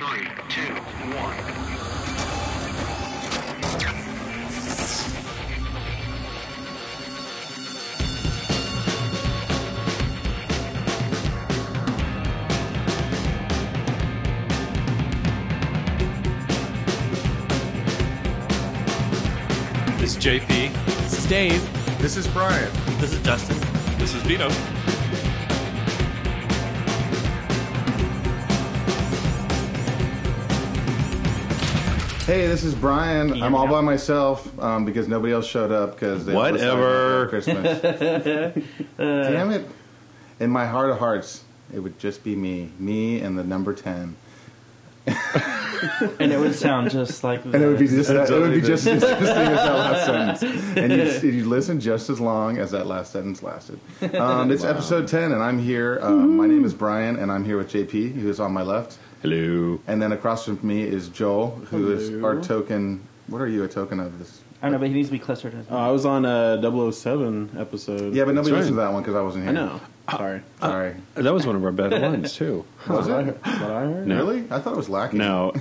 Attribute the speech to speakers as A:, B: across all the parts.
A: Three, two, one.
B: This is JP.
C: This is Dave.
D: This is Brian.
C: This is Justin.
B: This is Vito.
D: Hey, this is Brian. I'm all by myself um, because nobody else showed up because they were
B: Whatever.
D: celebrating Christmas. Damn it! In my heart of hearts, it would just be me, me and the number ten,
C: And it would sound just like
D: and it would be just that, it would be
B: Totally
D: just as interesting as that last sentence, and you'd, you'd listen just as long as that last sentence lasted. Um, it's episode ten, and I'm here. Uh, my name is Brian, and I'm here with JP, who's on my left,
B: Hello.
D: and then across from me is Joel, who is our token. What are you a token of this?
C: I don't know, but he needs to be closer to.
E: Oh, I was on a 007 episode.
D: Yeah, but
B: That's
D: nobody
B: right.
D: listened to that one because I wasn't
E: I
D: here.
E: know. Sorry.
D: Sorry.
B: That was one of our better ones too.
C: Oh.
D: Was it?
E: That's what I heard.
B: No.
D: Really? I thought it was lacking.
B: No,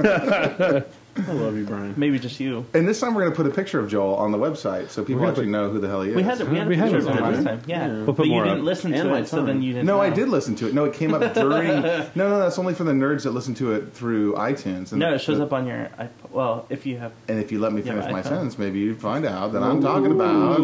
E: I love you, Brian.
C: Maybe just you.
D: And this time we're going to put a picture of Joel on the website so people
B: We're gonna
D: actually
B: put-
D: know who the hell he is.
C: We had a, we had a
B: We had
C: picture
B: it
C: of him
D: on
C: last
D: there.
C: time. Yeah,
B: We'll put
C: but you
B: more
C: didn't
B: up.
C: listen to
E: And my
C: it, so
E: tongue.
C: then you didn't.
D: no, I
C: know.
D: did listen to it. No, it came up during. No, no, that's only for the nerds that listen to it through iTunes. And
C: No, it shows up on your. I, well, if you have,
D: And if you let me
C: Yeah,
D: finish
C: but
D: my
C: iTunes.
D: sentence, maybe you'd find out that I'm talking about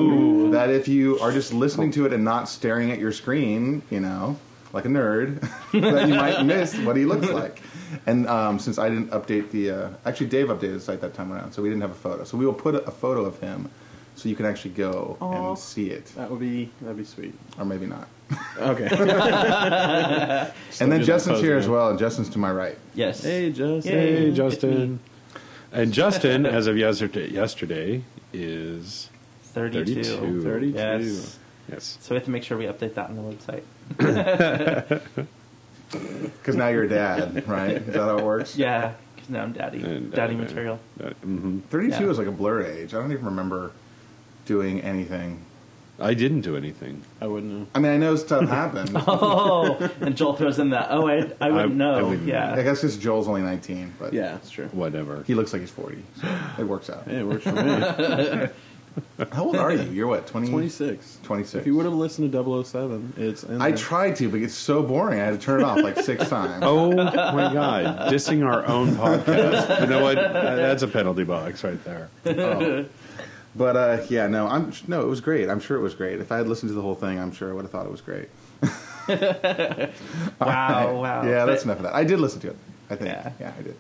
D: that if you are just listening to it and not staring at your screen, you know, like a nerd, that you might miss what he looks like. And um, since I didn't update the, uh, actually Dave updated the site that time around, so we didn't have a photo. So we will put a, a photo of him so you can actually go
E: Aw.
D: and see it,
E: That would be that'd be sweet.
D: or maybe not.
E: Okay.
D: and then
E: do that
D: Justin's
E: pose
D: here as
E: again.
D: well, and Justin's to my right.
C: yes.
E: hey, Justin.
C: Yay.
B: hey
C: It's
B: Justin. And Justin, as of yesterday, yesterday is
C: 32.
B: 32.
E: 32.
C: Yes.
B: yes.
C: So we have to make sure we update that on the website.
D: Because now you're a dad, right? Is that how it works?
C: Yeah, because now I'm daddy.
B: And, uh,
C: daddy material.
B: hmm
D: 32
C: Yeah.
D: is like a blur age. I don't even remember doing anything.
B: I didn't do anything.
E: I wouldn't know.
D: I mean, I know stuff happened.
C: Oh, and Joel throws in that. Oh, I, I wouldn't
B: I
C: know.
B: wouldn't.
D: I
C: yeah.
D: guess because Joel's only 19, but
E: Yeah, it's true.
B: Whatever.
D: he looks like he's 40, so it works out.
E: Hey, it works for me.
D: How old are you? You're what, 20?
E: 26.
D: 26.
E: If you would have listened to 007, it's. In
D: I
E: there.
D: tried to, but it's so boring. I had to turn it off like six times.
B: Oh my God! Dissing our own podcast. You know what? That's a penalty box right there.
D: But uh, yeah, no, I'm no, it was great. I'm sure it was great. If I had listened to the whole thing, I'm sure I would have thought it was great.
C: Wow, wow.
D: Yeah,
C: But-
D: that's enough of that. I did listen to it. I think.
C: Yeah.
D: Yeah, I did.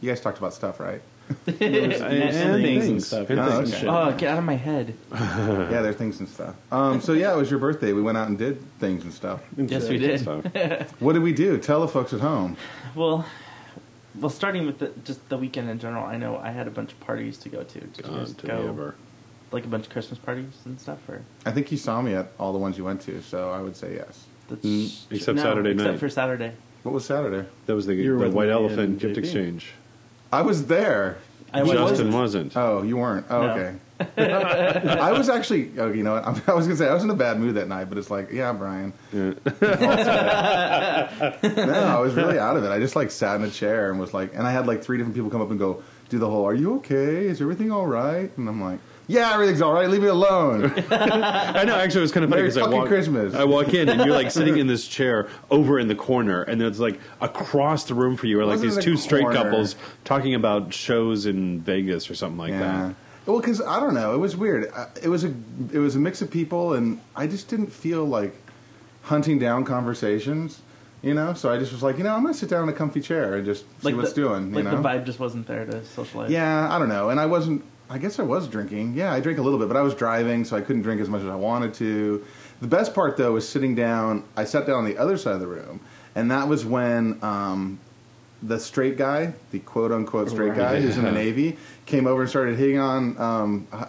D: You guys talked about stuff, right?
B: And
E: things and
B: things.
E: stuff.
B: And
D: Oh,
B: things.
D: okay.
C: Oh, get out of my head.
D: yeah, there are things and stuff. Um, so yeah, it was your birthday. We went out and did things and stuff.
C: Yes, we did.
B: So,
D: What did we do? Tell the folks at home.
C: Well, well, starting with the, just the weekend in general, I know I had a bunch of parties to go to. Did you
B: gone
C: guys
B: to
C: go,
B: the Uh, ever.
C: like a bunch of Christmas parties and stuff, or
D: I think you saw me at all the ones you went to, so I would say yes.
C: that's
B: Mm, except Saturday
C: except
B: night.
C: for Saturday.
D: What was Saturday?
B: That was the,
E: You were
B: the
E: with
B: White
E: me
B: Elephant
E: and
B: Gift
E: JP.
B: Exchange.
D: I was there.
C: I wasn't.
B: Justin wasn't.
D: Oh, you weren't. Oh,
C: No.
D: okay. I was actually. Oh, you know what? I was gonna say I was in a bad mood that night, but it's like, yeah, Brian.
B: Yeah.
D: No, I was really out of it. I just like sat in a chair and was like, and I had like three different people come up and go, do the whole, "Are you okay? Is everything all right?" And I'm like, "Yeah, everything's all right. Leave me alone."
B: I know. Actually, it was kind of funny
D: Merry
B: because I
D: fucking
B: walk,
D: Christmas.
B: I walk in and you're like sitting in this chair over in the corner, and there's like across the room for you are like
D: Wasn't
B: these
D: it a
B: two straight
D: corner?
B: couples talking about shows in Vegas or something like
D: yeah.
B: that.
D: Well, because I don't know, it was weird. I- It was a it was a mix of people, and I just didn't feel like hunting down conversations. You know, so I just was like, you know, I'm gonna sit down in a comfy chair and just see what's
C: the,
D: doing.
C: Like
D: you know?
C: the vibe just wasn't there to socialize.
D: Yeah, I don't know. And I wasn't. I guess I was drinking. Yeah, I drank a little bit, but I was driving, so I couldn't drink as much as I wanted to. The best part, though, was sitting down. I sat down on the other side of the room, and that was when um, the straight guy, the quote unquote straight guy who's in the Navy, came over and started hitting on. Um, uh,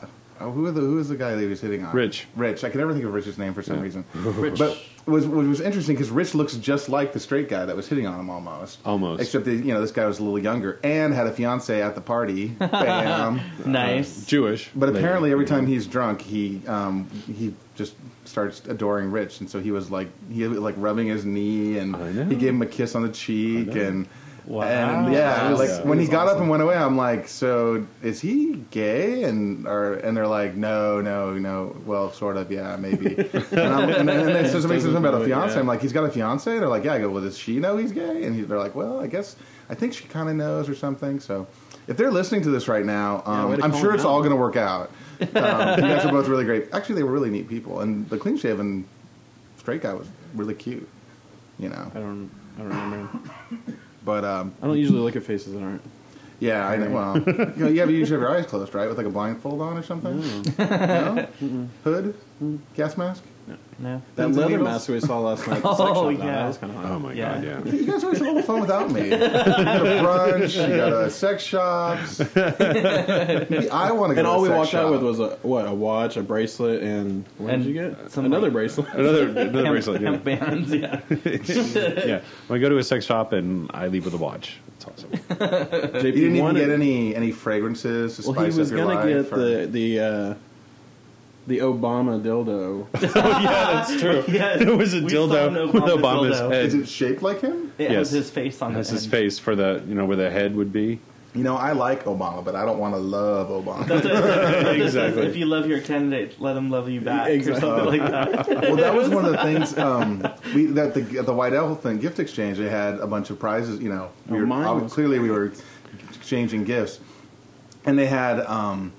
D: who, are the, who was the guy that he was hitting on?
B: Rich.
D: Rich. I can never think of Rich's name for some reason. But was what was interesting because Rich looks just like the straight guy that was hitting on him almost.
B: Almost.
D: Except that, you know this guy was a little younger and had a fiance at the party. Bam.
C: Nice.
B: Uh, Jewish,
D: But
B: lady.
D: apparently, every time he's drunk, he um, he just starts adoring Rich, and so he was like he was like rubbing his knee, and
B: I know.
D: he gave him a kiss on the cheek,
B: I know.
D: and
C: Wow.
D: And yeah,
B: Wow.
D: like
B: Yeah.
D: when he
E: That's
D: got up
E: awesome.
D: and went away, I'm like, so is he gay? And or and they're like, no, no, no. Well, sort of, yeah, maybe. and, I'm, and, and then so somebody says something about a
E: Doesn't
D: fiance.
E: know, yeah.
D: I'm like, he's got a fiance. They're like, yeah. I go, well, does she know he's gay? And he, they're like, well, I guess I think she kind of knows or something. So if they're listening to this right now, um,
E: way to
D: I'm
E: call
D: sure
E: him
D: it's
E: out.
D: all going to work out. Um, you guys are both really great. Actually, they were really neat people, and the clean shaven straight guy was really cute. You know,
E: I don't. I don't remember.
D: but um,
E: I don't usually look at faces that aren't.
D: yeah, I know. Well, you know, yeah, but you should have your eyes closed, right? With like a blindfold on or something?
E: Mm.
D: No? Hood? Gas mask?
B: Uh,
C: no.
E: That
D: Pins and
E: leather
D: needles?
E: mask we saw last night. at the
C: Oh,
E: sex shop, though,
C: yeah.
E: that was kind of hot.
B: Oh my
C: Yeah.
B: god, yeah.
D: You guys always have all the fun without me. You got a brunch, you got a sex shops. Maybe I want to go
E: And
D: to
E: all
D: a
E: we
D: sex
E: walked
D: shop.
E: out with was a what? A watch, a bracelet, and what
C: And
E: did you get?
C: some-
E: Another bracelet.
B: Another another
C: Hemp-
B: bracelet. Yeah.
C: hemp bands, yeah.
B: yeah. When I go to a sex shop and I leave with a watch. It's awesome.
E: JP
D: You didn't even
E: wanted-
D: get any, any fragrances to spice
E: Well, he was
D: up your
E: gonna
D: life?
E: get the the uh, the Obama dildo.
B: Oh, That's true.
C: Yes.
B: It was a
C: We
B: dildo
C: saw an
B: with
C: Obama
B: Obama's
C: dildo.
B: head.
D: Is it shaped like him?
C: It
B: Yes.
C: has his face on
B: That's
C: it.
B: his face for the you know where the head would be.
D: You know, I like Obama, but I don't want to love Obama.
B: exactly.
C: If you love your candidate, let him love you back
E: Exactly.
C: or something like that.
D: well, that was one of the things um, we that the at the White Owl thing gift exchange. They had a bunch of prizes. You know, we
E: Oh,
D: were,
E: mine
D: obvi-
E: was-
D: clearly we were exchanging gifts, and they had um,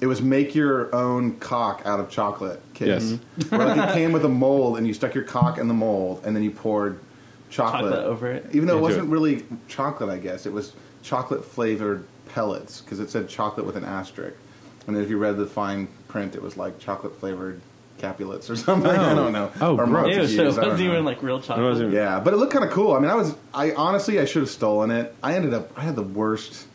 D: it was make your own cock out of chocolate. Kits. Yes, where like it came with a mold, and you stuck your cock in the mold, and then you poured chocolate,
C: Chocolate over it.
D: even though it
B: Into
D: wasn't
B: it.
D: really chocolate. I guess it was chocolate flavored pellets because it said chocolate with an asterisk. And then if you read the fine print, it was like chocolate flavored capulets or something. I don't know.
B: Oh,
D: or
B: gross.
C: Ew,
D: Montagues,
C: so it
D: I don't
C: wasn't
D: know.
C: even like real chocolate.
B: wasn't-
D: Yeah, but it looked kind of cool. I mean, I was I honestly I should have stolen it. I ended up I had the worst.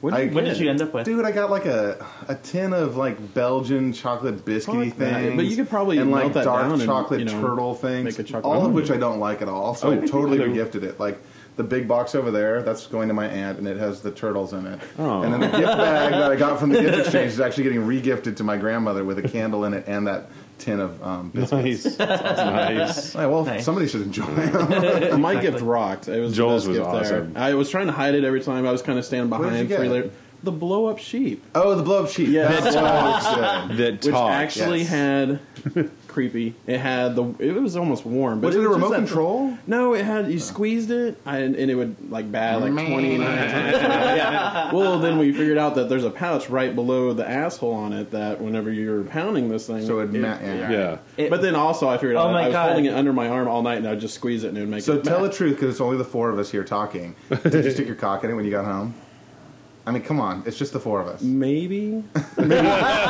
E: What
D: I-
E: did you
C: What
E: get?
C: did you end up with?
D: Dude, I got like a a tin of like Belgian chocolate biscuity
E: Fuck that.
D: things.
E: But you could probably
D: and like
E: melt that
D: dark
E: down and,
D: chocolate
E: you know,
D: turtle things,
E: make a chocolate
D: all of which
E: orange.
D: I don't like at all. So I
B: Oh.
D: totally
B: Hello.
D: regifted it. Like the big box over there, that's going to my aunt, and it has the turtles in it.
B: Oh.
D: And then the gift bag that I got from the gift exchange is actually getting regifted to my grandmother with a candle in it and that tin of um, biscuits.
B: Nice. nice.
D: Hey, well,
C: Nice.
D: somebody should enjoy it.
E: My
C: Exactly.
E: gift rocked. It was the
B: Joel's
E: best
B: was
E: gift there.
B: awesome.
E: I was trying to hide it every time. I was kind of standing
D: What did
E: behind.
D: you
E: three
D: get?
E: layer- The blow up sheep,
D: Oh, the blow up sheet.
E: Yeah.
D: That's what I was saying.
B: That
E: which
B: talks.
E: actually
D: yes.
E: had creepy. It had the. It was almost warm. But
D: Was it a
E: just
D: remote
E: that-
D: control?
E: No, it had you squeezed it, I, and it would like bad like
D: Man.
E: twenty nine times. Yeah. Well, then we figured out that there's a pouch right below the asshole on it that whenever you're pounding this thing,
D: So it, ma- yeah.
B: yeah.
C: It-
E: but then also I figured out
C: Oh
E: that
C: my
E: I was
C: God.
E: holding it under my arm all night, and I'd just squeeze it and it would make
D: So
E: it.
D: tell the truth, because it's only the four of us here talking. Did you stick your cock in it when you got home? I mean, come on, it's just the four of us. You
E: maybe.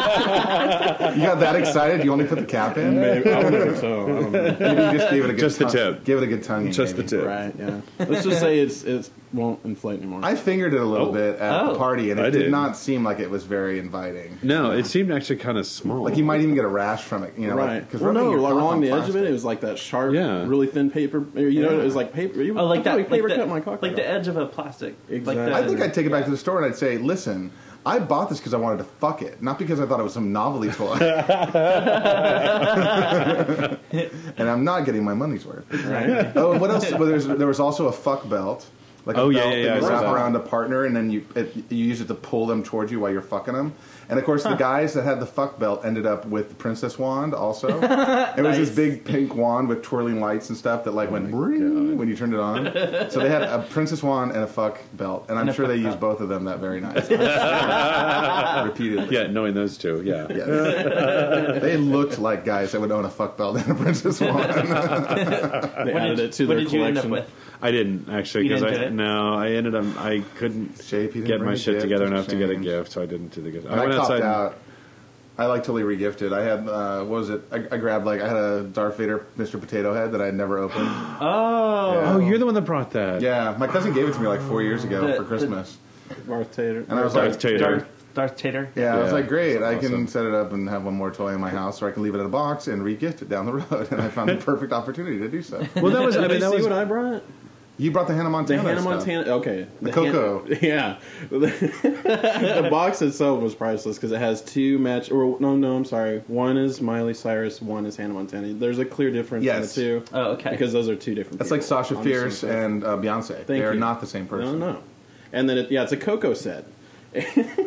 D: got that excited? You only put the cap in? Maybe
E: I don't think so. I don't know.
D: you just gave it a good
B: Just the
D: tongue-
B: tip.
D: Give it a good tongue.
B: Just the tip.
E: Right? Yeah. Let's just say it's it won't inflate anymore.
D: I fingered it a little
B: Oh.
D: bit at
C: Oh.
D: the party, and it
B: I
D: did
B: did.
D: not seem like it was very inviting.
B: No, it seemed actually kind of small.
D: Like you might even get a rash from it, you know?
E: right.
D: Because
E: well, no, along the edge of it, it was like that sharp,
B: Yeah.
E: really thin paper. You know,
D: Yeah.
E: it was like paper. You
C: Oh, like
E: probably
C: that, like,
E: Paper
C: the,
E: cut my cock.
C: like
E: right
C: the
E: off.
C: edge of a plastic.
E: Exactly.
C: Like the,
D: I think I'd take it back to the store and I'd say, listen, I bought this because I wanted to fuck it, not because I thought it was some novelty toy. and I'm not getting my money's worth.
C: Right.
D: Oh, and what else? Well, there's, there was also a fuck belt. Like a
B: Oh, yeah,
D: belt
B: yeah,
D: that
B: yeah,
D: you
B: I saw
D: wrap
B: that.
D: around a partner and then you it, you use it to pull them towards you while you're fucking them. And of course, the guys that had the fuck belt ended up with the princess wand also. it was this
C: Nice.
D: big pink wand with twirling lights and stuff that
B: Oh
D: like went ring when you turned it on. so they had a princess wand and a fuck belt, and I'm
C: And a
D: sure they
C: fuck
D: used both of them that very night repeatedly.
B: Yeah, knowing those two. Yeah.
D: Yes. they looked like guys that would own a fuck belt and a princess wand.
E: they
C: What
E: added
C: did,
E: it to
C: what
E: their
C: did you
E: collection.
C: end up with?
B: I didn't actually
C: You
B: because
C: didn't
B: I
C: do it?
B: no, I ended up I couldn't
D: JP didn't
B: get
D: bring
B: my
D: a
B: shit
D: gift,
B: together
D: it's a
B: enough to get a
D: shame.
B: gift, so I didn't do the gift.
D: And I,
B: went
D: topped
B: outside. and-
D: out. I like totally regifted. I had uh, what was it? I, I grabbed like I had a Darth Vader Mr. Potato Head that I had never opened. Yeah.
C: Oh.
B: Oh, you're the one that brought that.
D: yeah, my cousin gave it to me like four years ago
C: The-
D: for
C: the-
D: Christmas,
E: Darth Tater.
D: and I was
B: Darth
D: like,
B: Tater.
C: Darth, Darth Tater.
D: yeah, I was
B: Yeah.
D: like, great, I can
B: awesome.
D: set it up and have one more toy in my house, or I can leave it in a box and regift it down the road. And I found the perfect opportunity to do so.
B: Well, that was. I
E: Did
B: mean,
E: you
B: that
E: see
B: was.
E: what I brought?
D: You brought the Hannah
E: The
D: Montana.
E: Hannah
D: stuff.
E: Montana. Okay.
D: The
E: Han-
D: Coco.
E: yeah. the box itself was priceless because it has two match. Or no, no, I'm sorry. One is Miley Cyrus. One is Hannah Montana. There's a clear difference
D: Yes.
E: in the two.
C: Oh, okay.
E: Because those are two different.
D: That's
E: people
D: like Sasha
E: on the same
D: Fierce
E: thing.
D: and uh, Beyonce. they are
E: you.
D: not the same person.
E: No, no. And then it, yeah, it's a Coco set.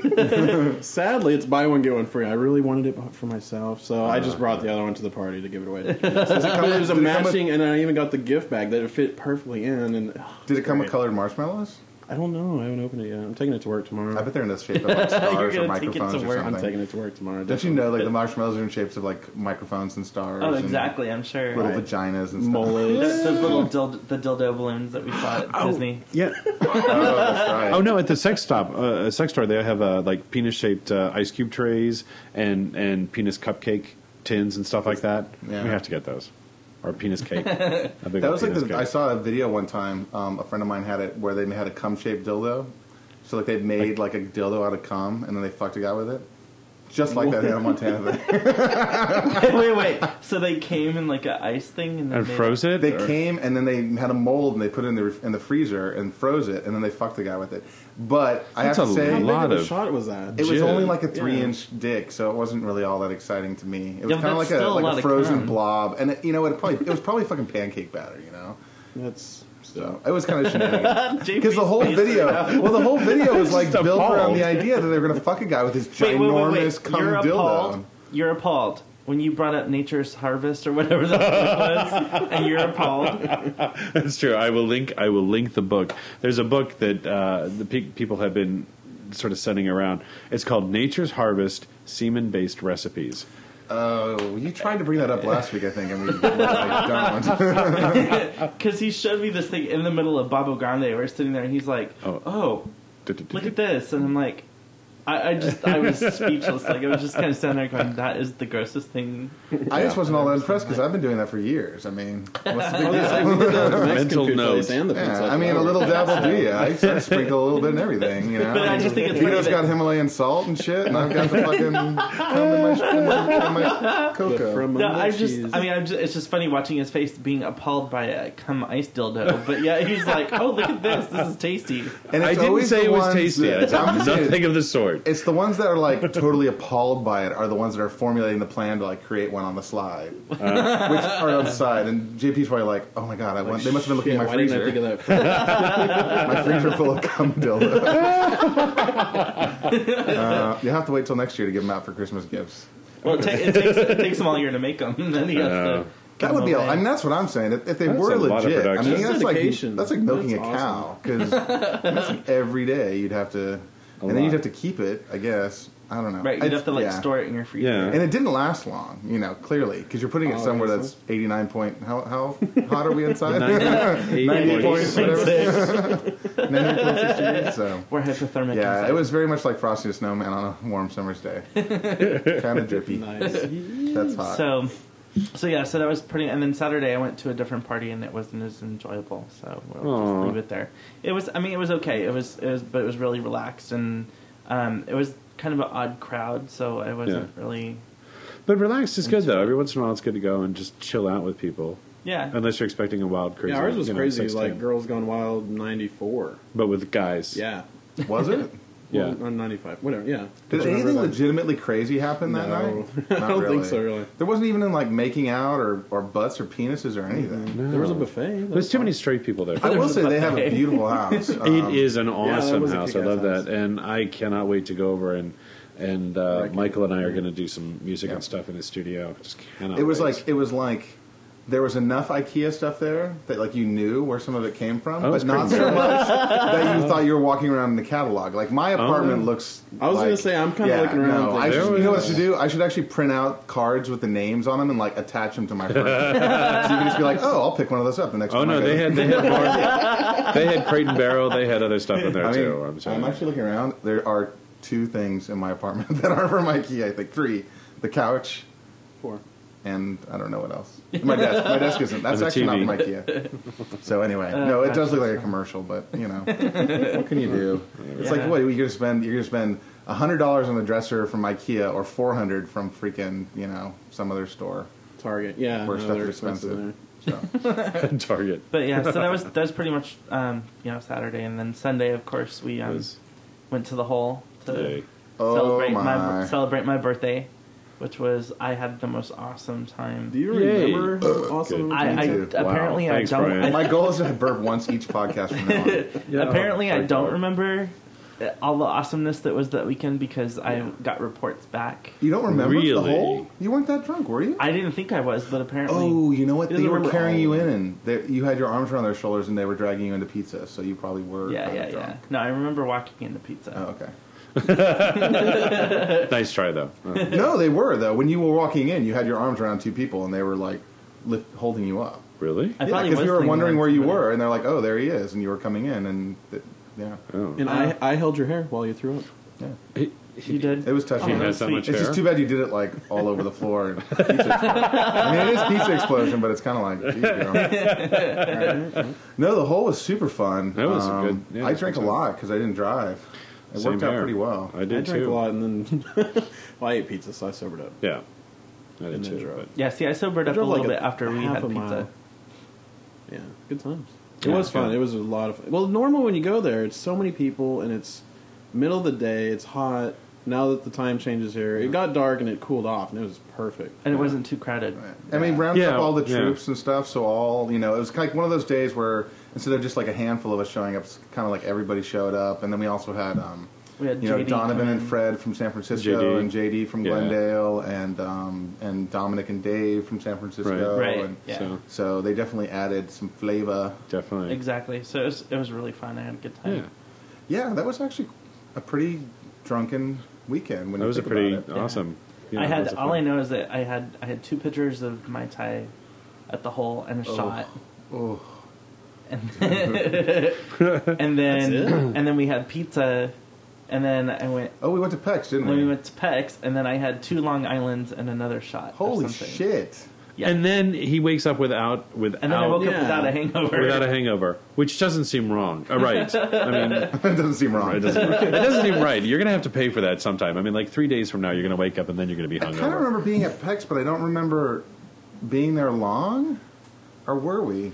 E: Sadly, it's buy one get one free. I really wanted it for myself, so I
D: Uh,
E: just brought the other one to the party to give it away. to people.
D: Does it come
E: But
D: with-
E: it was a
D: did it come with-
E: matching, and I even got the gift bag that it fit perfectly in. And oh,
D: Did it come with
E: great.
D: colored marshmallows?
E: I don't know. I haven't opened it yet. I'm taking it to work tomorrow.
D: I bet they're in the shape of like stars or
C: gonna take it to
D: microphones or
C: work.
D: something.
E: I'm taking it to work tomorrow.
D: Don't you know, like the marshmallows are in shapes of like microphones and stars.
C: Oh,
D: and
C: exactly. I'm sure.
D: Little
E: Right.
D: vaginas and stuff.
C: Th-
E: Mullets.
C: Those little dildo, the dildo balloons that we saw at Disney.
B: Yeah.
D: Oh, that's right.
B: Oh no! At the sex stop, uh, sex store, they have uh, like penis-shaped uh, ice cube trays and and penis cupcake tins and stuff like that.
D: Yeah.
B: We have to get those. Or penis cake. A big
D: That
B: old
D: was like
B: penis
D: the,
B: cake.
D: I saw a video one time. Um, a friend of mine had it where they had a cum shaped dildo. So like they made like a dildo out of cum and then they fucked a guy with it, just like that Hannah Montana thing.
C: wait, wait. So they came in like a ice thing and then
B: and
C: they-
B: froze it.
D: They
B: or-
D: came and then they had a mold and they put it in the in the freezer and froze it and then they fucked the guy with it. But I have to
B: That's a
D: say.
E: How big
B: lot.
E: of a
B: of-
E: shot was that?
D: It was
B: Jizz.
D: only like a three
E: Yeah.
D: inch dick, so it wasn't really all that exciting to me. It was
C: Yeah, but
D: kind of
C: that's
D: like a
C: still a
D: like
C: lot
D: a
C: of
D: frozen
C: cum.
D: blob, and it, you know what? It probably it was probably fucking pancake batter, you know.
E: That's still.
D: So it was kind of shenanigans.
C: JP's
D: Because the whole
C: face
D: video, well, the whole video was like
B: Just
D: built around
B: appalled.
D: the idea that they were going to fuck a guy with his
C: Wait, wait, wait,
D: ginormous
C: wait.
D: cum
C: You're
D: dildo.
C: appalled. You're appalled. When you brought up Nature's Harvest or whatever that book was, and you're appalled.
B: That's true. I will link. I will link the book. There's a book that uh, the pe- people have been sort of sending around. It's called Nature's Harvest: Semen-Based Recipes.
D: Oh, you tried to bring that up last week, I think, and we were like, don't.
C: Because he showed me this thing in the middle of Babo Grande. We're sitting there and he's like,
B: Oh.
C: oh look at this and i'm like i, I just i was speechless like i was just kind of standing there going that is the grossest thing
D: I just wasn't all that impressed because I've been doing that for years. I mean, what's the big
E: I was
D: deal?
E: gonna say, we did that at the Mexican
B: Mental
E: food place
B: notes.
E: and the
D: Yeah,
E: pizza
D: I mean, a
E: place.
D: little dabble do you? I sort of sprinkle a little bit in everything, you know.
C: But I just think it's funny
D: Vito's
C: that-
D: got Himalayan salt and shit, and I've got the fucking cum in my, in my, in my
E: The
D: cocoa.
E: from
C: no,
E: under
C: i just
E: cheese.
C: i mean I'm just, it's just funny watching his face being appalled by a cum ice dildo but yeah he's like oh look at this this is tasty
D: and
B: I
D: it's
B: didn't
D: always
B: say
D: the
B: it was
D: ones
B: tasty. I
D: that- I'm
B: said
D: just saying-
B: Nothing of the sort.
D: It's the ones that are like totally appalled by it are the ones that are formulating the plan to like create one on the slide,
E: Uh.
D: which are outside. And JP's probably like, "Oh my god, I want." They must have been looking
E: Shit,
D: at my
E: why didn't
D: freezer.
E: I think of that? first?
D: My freezer full of cum dildo. uh, you'll have to wait till next year to give them out for Christmas gifts.
C: well it, ta- it, takes, it takes him all year to make them and then he has
B: Uh,
C: to
D: That would be. I mean, that's what I'm saying. If, if they
B: That's
D: were
B: a lot of
D: legit, I mean,
B: production.
D: that's
E: That's
D: like
E: dedication.
D: that's like milking
E: That's
D: a
E: awesome.
D: cow because that's like every day you'd have to, and then you'd
B: lot.
D: have to keep it. I guess I don't know.
C: right you'd
D: It's-
C: have to like
D: yeah.
C: store it in your freezer
B: Yeah.
D: And it didn't last long, you know, clearly, because you're putting it
E: Oh,
D: somewhere
E: I
D: that's
E: guess
D: 89 point. How, how hot are we inside?
B: Eight
D: 90
B: points.
D: points, whatever. 90.6 degrees, so.
C: we're hypothermic
D: Yeah,
C: inside.
D: it was very much like Frosty the Snowman on a warm summer's day. kind of drippy.
E: nice.
D: That's hot.
C: so so yeah so that was pretty and then saturday i went to a different party and it wasn't as enjoyable so we'll
B: Aw.
C: just leave it there it was i mean it was okay it was it was but it was really relaxed and um it was kind of an odd crowd so i wasn't really
B: But relaxed is good though. Every once in a while, it's good to go and just chill out with people,
C: yeah
B: unless you're expecting a wild, crazy.
E: Yeah, ours was
B: you know,
E: crazy.
B: sex
E: Like
B: thing.
E: Girls Gone Wild '94.
B: but with guys.
E: Yeah,
D: Was it?
B: yeah.
E: Well, '95. Whatever. Yeah.
D: Did
E: Just
D: anything
E: remember that.
D: legitimately crazy happen that
E: No.
D: night?
E: I don't think so, really.
D: There wasn't even in like making out or, or butts or penises or anything.
E: There was a buffet. That
B: There's
E: was
B: too
E: fun.
B: many straight people there.
D: I will say they have a
C: Okay.
D: beautiful house. Um,
B: It is an awesome
E: was a
B: house. I
E: kick-ass
B: love
E: house.
B: that, and I cannot wait to go over and and uh,
E: Right.
B: Michael and I are going to do some music
D: Yeah.
B: and stuff in the studio. Just cannot.
D: It was
B: wait.
D: like it was like there was enough IKEA stuff there that like you knew where some of it came from,
B: Oh,
D: but
B: it's
D: not
B: pretty
D: so much that you thought you were walking around in the catalog. Like
B: Oh.
D: my apartment looks.
E: I was gonna
D: like-
E: say, I'm kinda
D: Yeah,
E: looking around
D: No, I
E: thinking-
D: should,
B: There
D: you know what I
B: was-
D: should do? I should actually print out cards with the names on them and like attach them to my furniture. so you can just be like, oh, I'll pick one of those up the next.
B: Oh
D: time I
B: no,
D: go
B: they
D: to-
B: had they had more, they had Crate and Barrel. They had other stuff in there
D: I mean,
B: too. I'm
D: I'm,
B: sorry.
D: actually looking around. There are two things in my apartment that are from IKEA. I think three: the couch
E: Four.
D: and I don't know what else. My desk. My desk isn't. That's
B: And the
D: actually
B: TV.
D: not from IKEA. So anyway,
C: Uh,
D: no, it does look like a commercial, but you know, what can you do? It's like
C: Yeah.
D: what you're gonna spend. You're gonna spend hundred dollars on a dresser from IKEA or four hundred from freaking you know some other store.
E: Target. Yeah.
D: Where
E: no,
D: stuff
E: they're
D: is expensive.
E: there.
D: So
B: Target.
C: But yeah, so that was that was pretty much um, you know Saturday, and then Sunday, of course, we um,
B: was-
C: went to the hole to
B: Yay.
D: Oh
C: celebrate my.
D: my.
C: celebrate my birthday, which was I had the most awesome time.
E: Do you
B: Yay.
E: remember how awesome?
B: Good.
C: I, I
D: too.
B: Wow.
C: apparently I
B: Thanks,
C: don't.
B: Brian.
D: my goal is to burp once each podcast from now on.
B: Yeah.
C: apparently I
B: Thanks,
C: don't
B: Brian.
C: remember uh, all the awesomeness that was that weekend because I got reports back.
D: You don't remember the
B: Really?
D: whole? You weren't that drunk, were you?
C: I didn't think I was, but apparently
D: oh, you know what?
C: He
D: They
C: doesn't
D: were
C: remember
D: carrying
C: all.
D: you in, and they, you had your arms around their shoulders, and they were dragging you into pizza. So you probably were.
C: yeah,
D: kinda
C: yeah, yeah.
D: drunk.
C: No, I remember walking into pizza.
D: Oh, okay.
B: Nice try though. Uh,
D: no, they were though. When you were walking in, you had your arms around two people, and they were like lift, holding you up.
B: really?
C: I
D: yeah,
C: probably
D: because
C: was
D: we were
C: thinking
D: wondering
C: that
D: where you
C: somebody-
D: were, and they're like, "Oh, there he is," and you were coming in, and th- yeah,
B: Oh.
E: And
C: uh,
E: I, I held your hair while you threw up.
D: yeah,
B: He,
C: You did.
D: it was touching.
B: he
C: Oh,
B: has that
C: sweet.
B: much
D: it's
B: hair.
D: just too bad you did it like all over the floor. And pizza explosion. I mean, it is pizza explosion, but it's kind of like geez, girl. All right. no. The hole was super fun. Um,
B: That was good. Yeah,
D: I
B: that's
D: drank a
B: good.
D: lot because I didn't drive. It
B: Same
D: worked out
B: hair.
D: pretty well.
B: I
E: I,
B: did
E: drank
B: too.
E: a lot and then well, I ate pizza, so I sobered up.
B: Yeah. I did
E: And then
B: too.
E: drove.
B: but-
C: Yeah, see, I sobered
E: I
C: up a
E: drove
C: little
E: like a
C: bit after we
E: half
C: had
E: a
C: pizza.
E: mile. Yeah, good times.
B: Yeah,
E: it was fun.
B: yeah.
E: It was a lot of fun. Well, normal when you go there, it's so many people and it's middle of the day. It's hot. Now that the time changes here, it got dark and it cooled off, and it was perfect.
C: and it wasn't too crowded.
D: I mean, round
B: Yeah,
D: up all the
B: yeah.
D: troops and stuff. So all you know, it was like one of those days where instead of just like a handful of us showing up, it's kind of like everybody showed up. And then we also had, um,
C: We had
D: you know,
C: JD
D: Donovan
C: come
D: and
C: in.
D: Fred from San Francisco,
B: JD.
D: and JD from
B: Yeah.
D: Glendale, and um, and Dominic and Dave from San Francisco.
B: Right.
C: Right,
D: And
C: yeah.
B: So
D: So they definitely added some flavor.
B: definitely.
C: Exactly. So it was, it was really fun. I had a good time.
B: Yeah.
D: Yeah, that was actually a pretty drunken weekend. When
B: That
D: you
B: was a
D: think
B: pretty
D: about it.
C: Yeah.
B: awesome. Yeah,
C: I
B: that was
C: had
B: a
C: all
B: fun-
C: I know is that I had I had two pictures of my tie at the hole and a shot.
D: Oh.
C: And and then and then we had pizza and then I went
D: Oh, we went to Pex, didn't
C: and
D: we?
C: then we went to Pex and then I had two Long Islands and another shot. of
D: Holy
C: something.
D: shit!
C: Yeah.
B: And then he wakes up without without
C: And then I woke up
E: yeah.
C: without a hangover.
B: Oh, without a hangover, which doesn't seem wrong. Uh, right. I mean,
D: it doesn't seem wrong.
B: it doesn't, it doesn't seem right. You're going to have to pay for that sometime. I mean, like three days from now, you're going to wake up and then you're going to be
D: I kind of
B: hungover.
D: remember being at PEX, but I don't remember being there long. Or were we?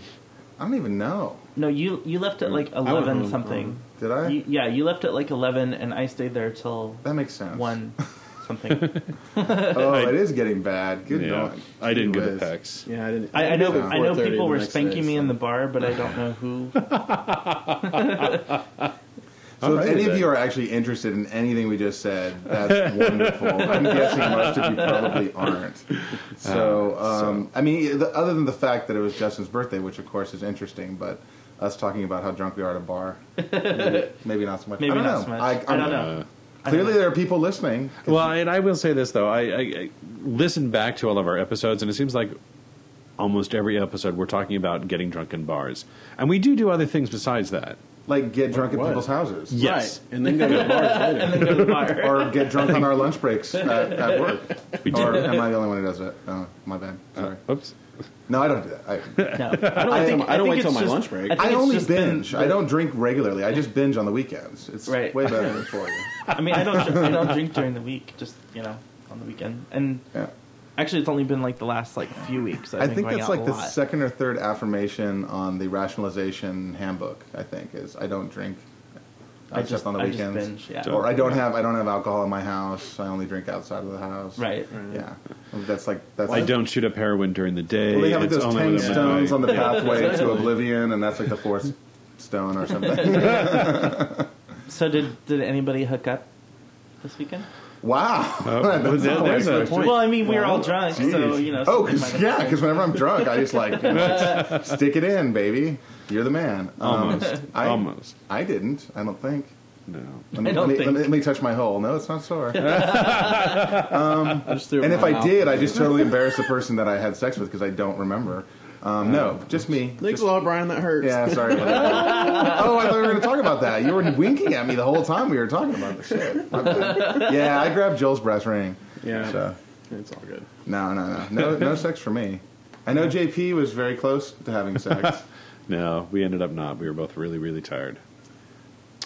D: I don't even know.
C: no, you you left at like
E: went
C: eleven
E: home.
C: something.
D: Did I?
C: You- yeah, you left at like eleven and I stayed there till
D: that makes sense.
C: one something.
D: Oh,
B: I-
D: it is getting bad. Good
B: Yeah.
D: going.
B: I didn't go to
D: Whiz.
B: PEX.
E: Yeah, I didn't.
C: I, I know.
D: Yeah.
C: I know
E: 4:30
C: people
E: the
C: were
E: next
C: spanking
E: day,
C: me
E: so-
C: in the bar, but I don't know who.
D: So, if
B: Alright,
D: any of
B: then.
D: you are actually interested in anything we just said, that's wonderful. I'm guessing most of you probably aren't.
B: Uh,
D: So, um, I mean, the, other than the fact that it was Justin's birthday, which of course is interesting, but us talking about how drunk we are at a bar, maybe, maybe not so much.
C: Maybe
D: I don't
C: not
D: know.
C: so much.
D: I,
C: I don't know.
B: Uh,
D: Clearly, there are people listening.
B: Well, and I will say this though, I, I, I listen back to all of our episodes, and it seems like almost every episode we're talking about getting drunk in bars, and we do do other things besides that.
D: Like get drunk at
E: What?
D: people's houses.
B: Yes,
E: Right. And then go to the bars later.
C: and then go to the bar.
D: Or get drunk on our lunch breaks at, at work.
B: We do.
D: Or am I the only one who does that? Oh, my bad.
C: Uh.
D: Sorry.
B: Oops.
D: No, I don't do that. I,
C: no. I
E: I don't,
C: think- think
E: I don't wait till
C: it's
E: my
C: just-
E: lunch break.
C: I think
D: I
C: it's
D: only
C: just been-
D: binge. I don't drink regularly. I just binge on the weekends. It's
C: Right.
D: way better for you.
C: I mean, I don't. I don't drink during the week. Just you know, on the weekend. And
D: Yeah.
C: actually, it's only been like the last like few weeks. I've
D: I
C: been
D: think
C: going
D: that's
C: out
D: like
C: a
D: the
C: lot.
D: second or third affirmation on the rationalization handbook. I think is I don't drink.
C: I
D: except
C: just-
D: on the
C: I just
D: weekends,
C: binge, yeah.
D: or I don't have I don't have alcohol in my house. I only drink outside of the house.
C: Right.
D: Yeah, that's like that's.
B: I don't shoot up heroin during the day.
D: Well, they have like,
B: It's
D: those
B: only
D: ten
B: when I'm at
D: stones
B: night.
D: on the pathway to oblivion, and that's like the fourth stone or something.
C: So did did anybody hook up this weekend?
D: wow.
B: Uh, well, there- there's a point.
C: Well, I mean, we were all drunk, so you know.
D: Oh,
C: something might
D: cause,
C: have
D: yeah,
C: happened.
D: because whenever I'm drunk, I just like stick it in, baby. You're the man.
B: Oh,
D: Um,
B: Almost.
D: I,
B: Almost.
D: I didn't. I don't think.
B: No.
D: Let me,
C: I don't
D: let me,
C: think.
D: Let me, let me touch my hole. No, it's not sore. and
E: I just threw it in
D: if
E: my
D: I
E: mouth.
D: did, I just totally embarrassed the person that I had sex with because I don't remember. Um, no, just me.
E: thanks a lot, Brian. That hurts.
D: Yeah, sorry. About that. oh, I thought we were going to talk about that. You were winking at me the whole time we were talking about this shit. My bad. Yeah, I grabbed Joel's breast ring.
E: Yeah.
D: So,
E: It's all good.
D: no, no, no, no, no sex for me. I know JP was very close to having sex.
B: No, we ended up not. We were both really, really tired,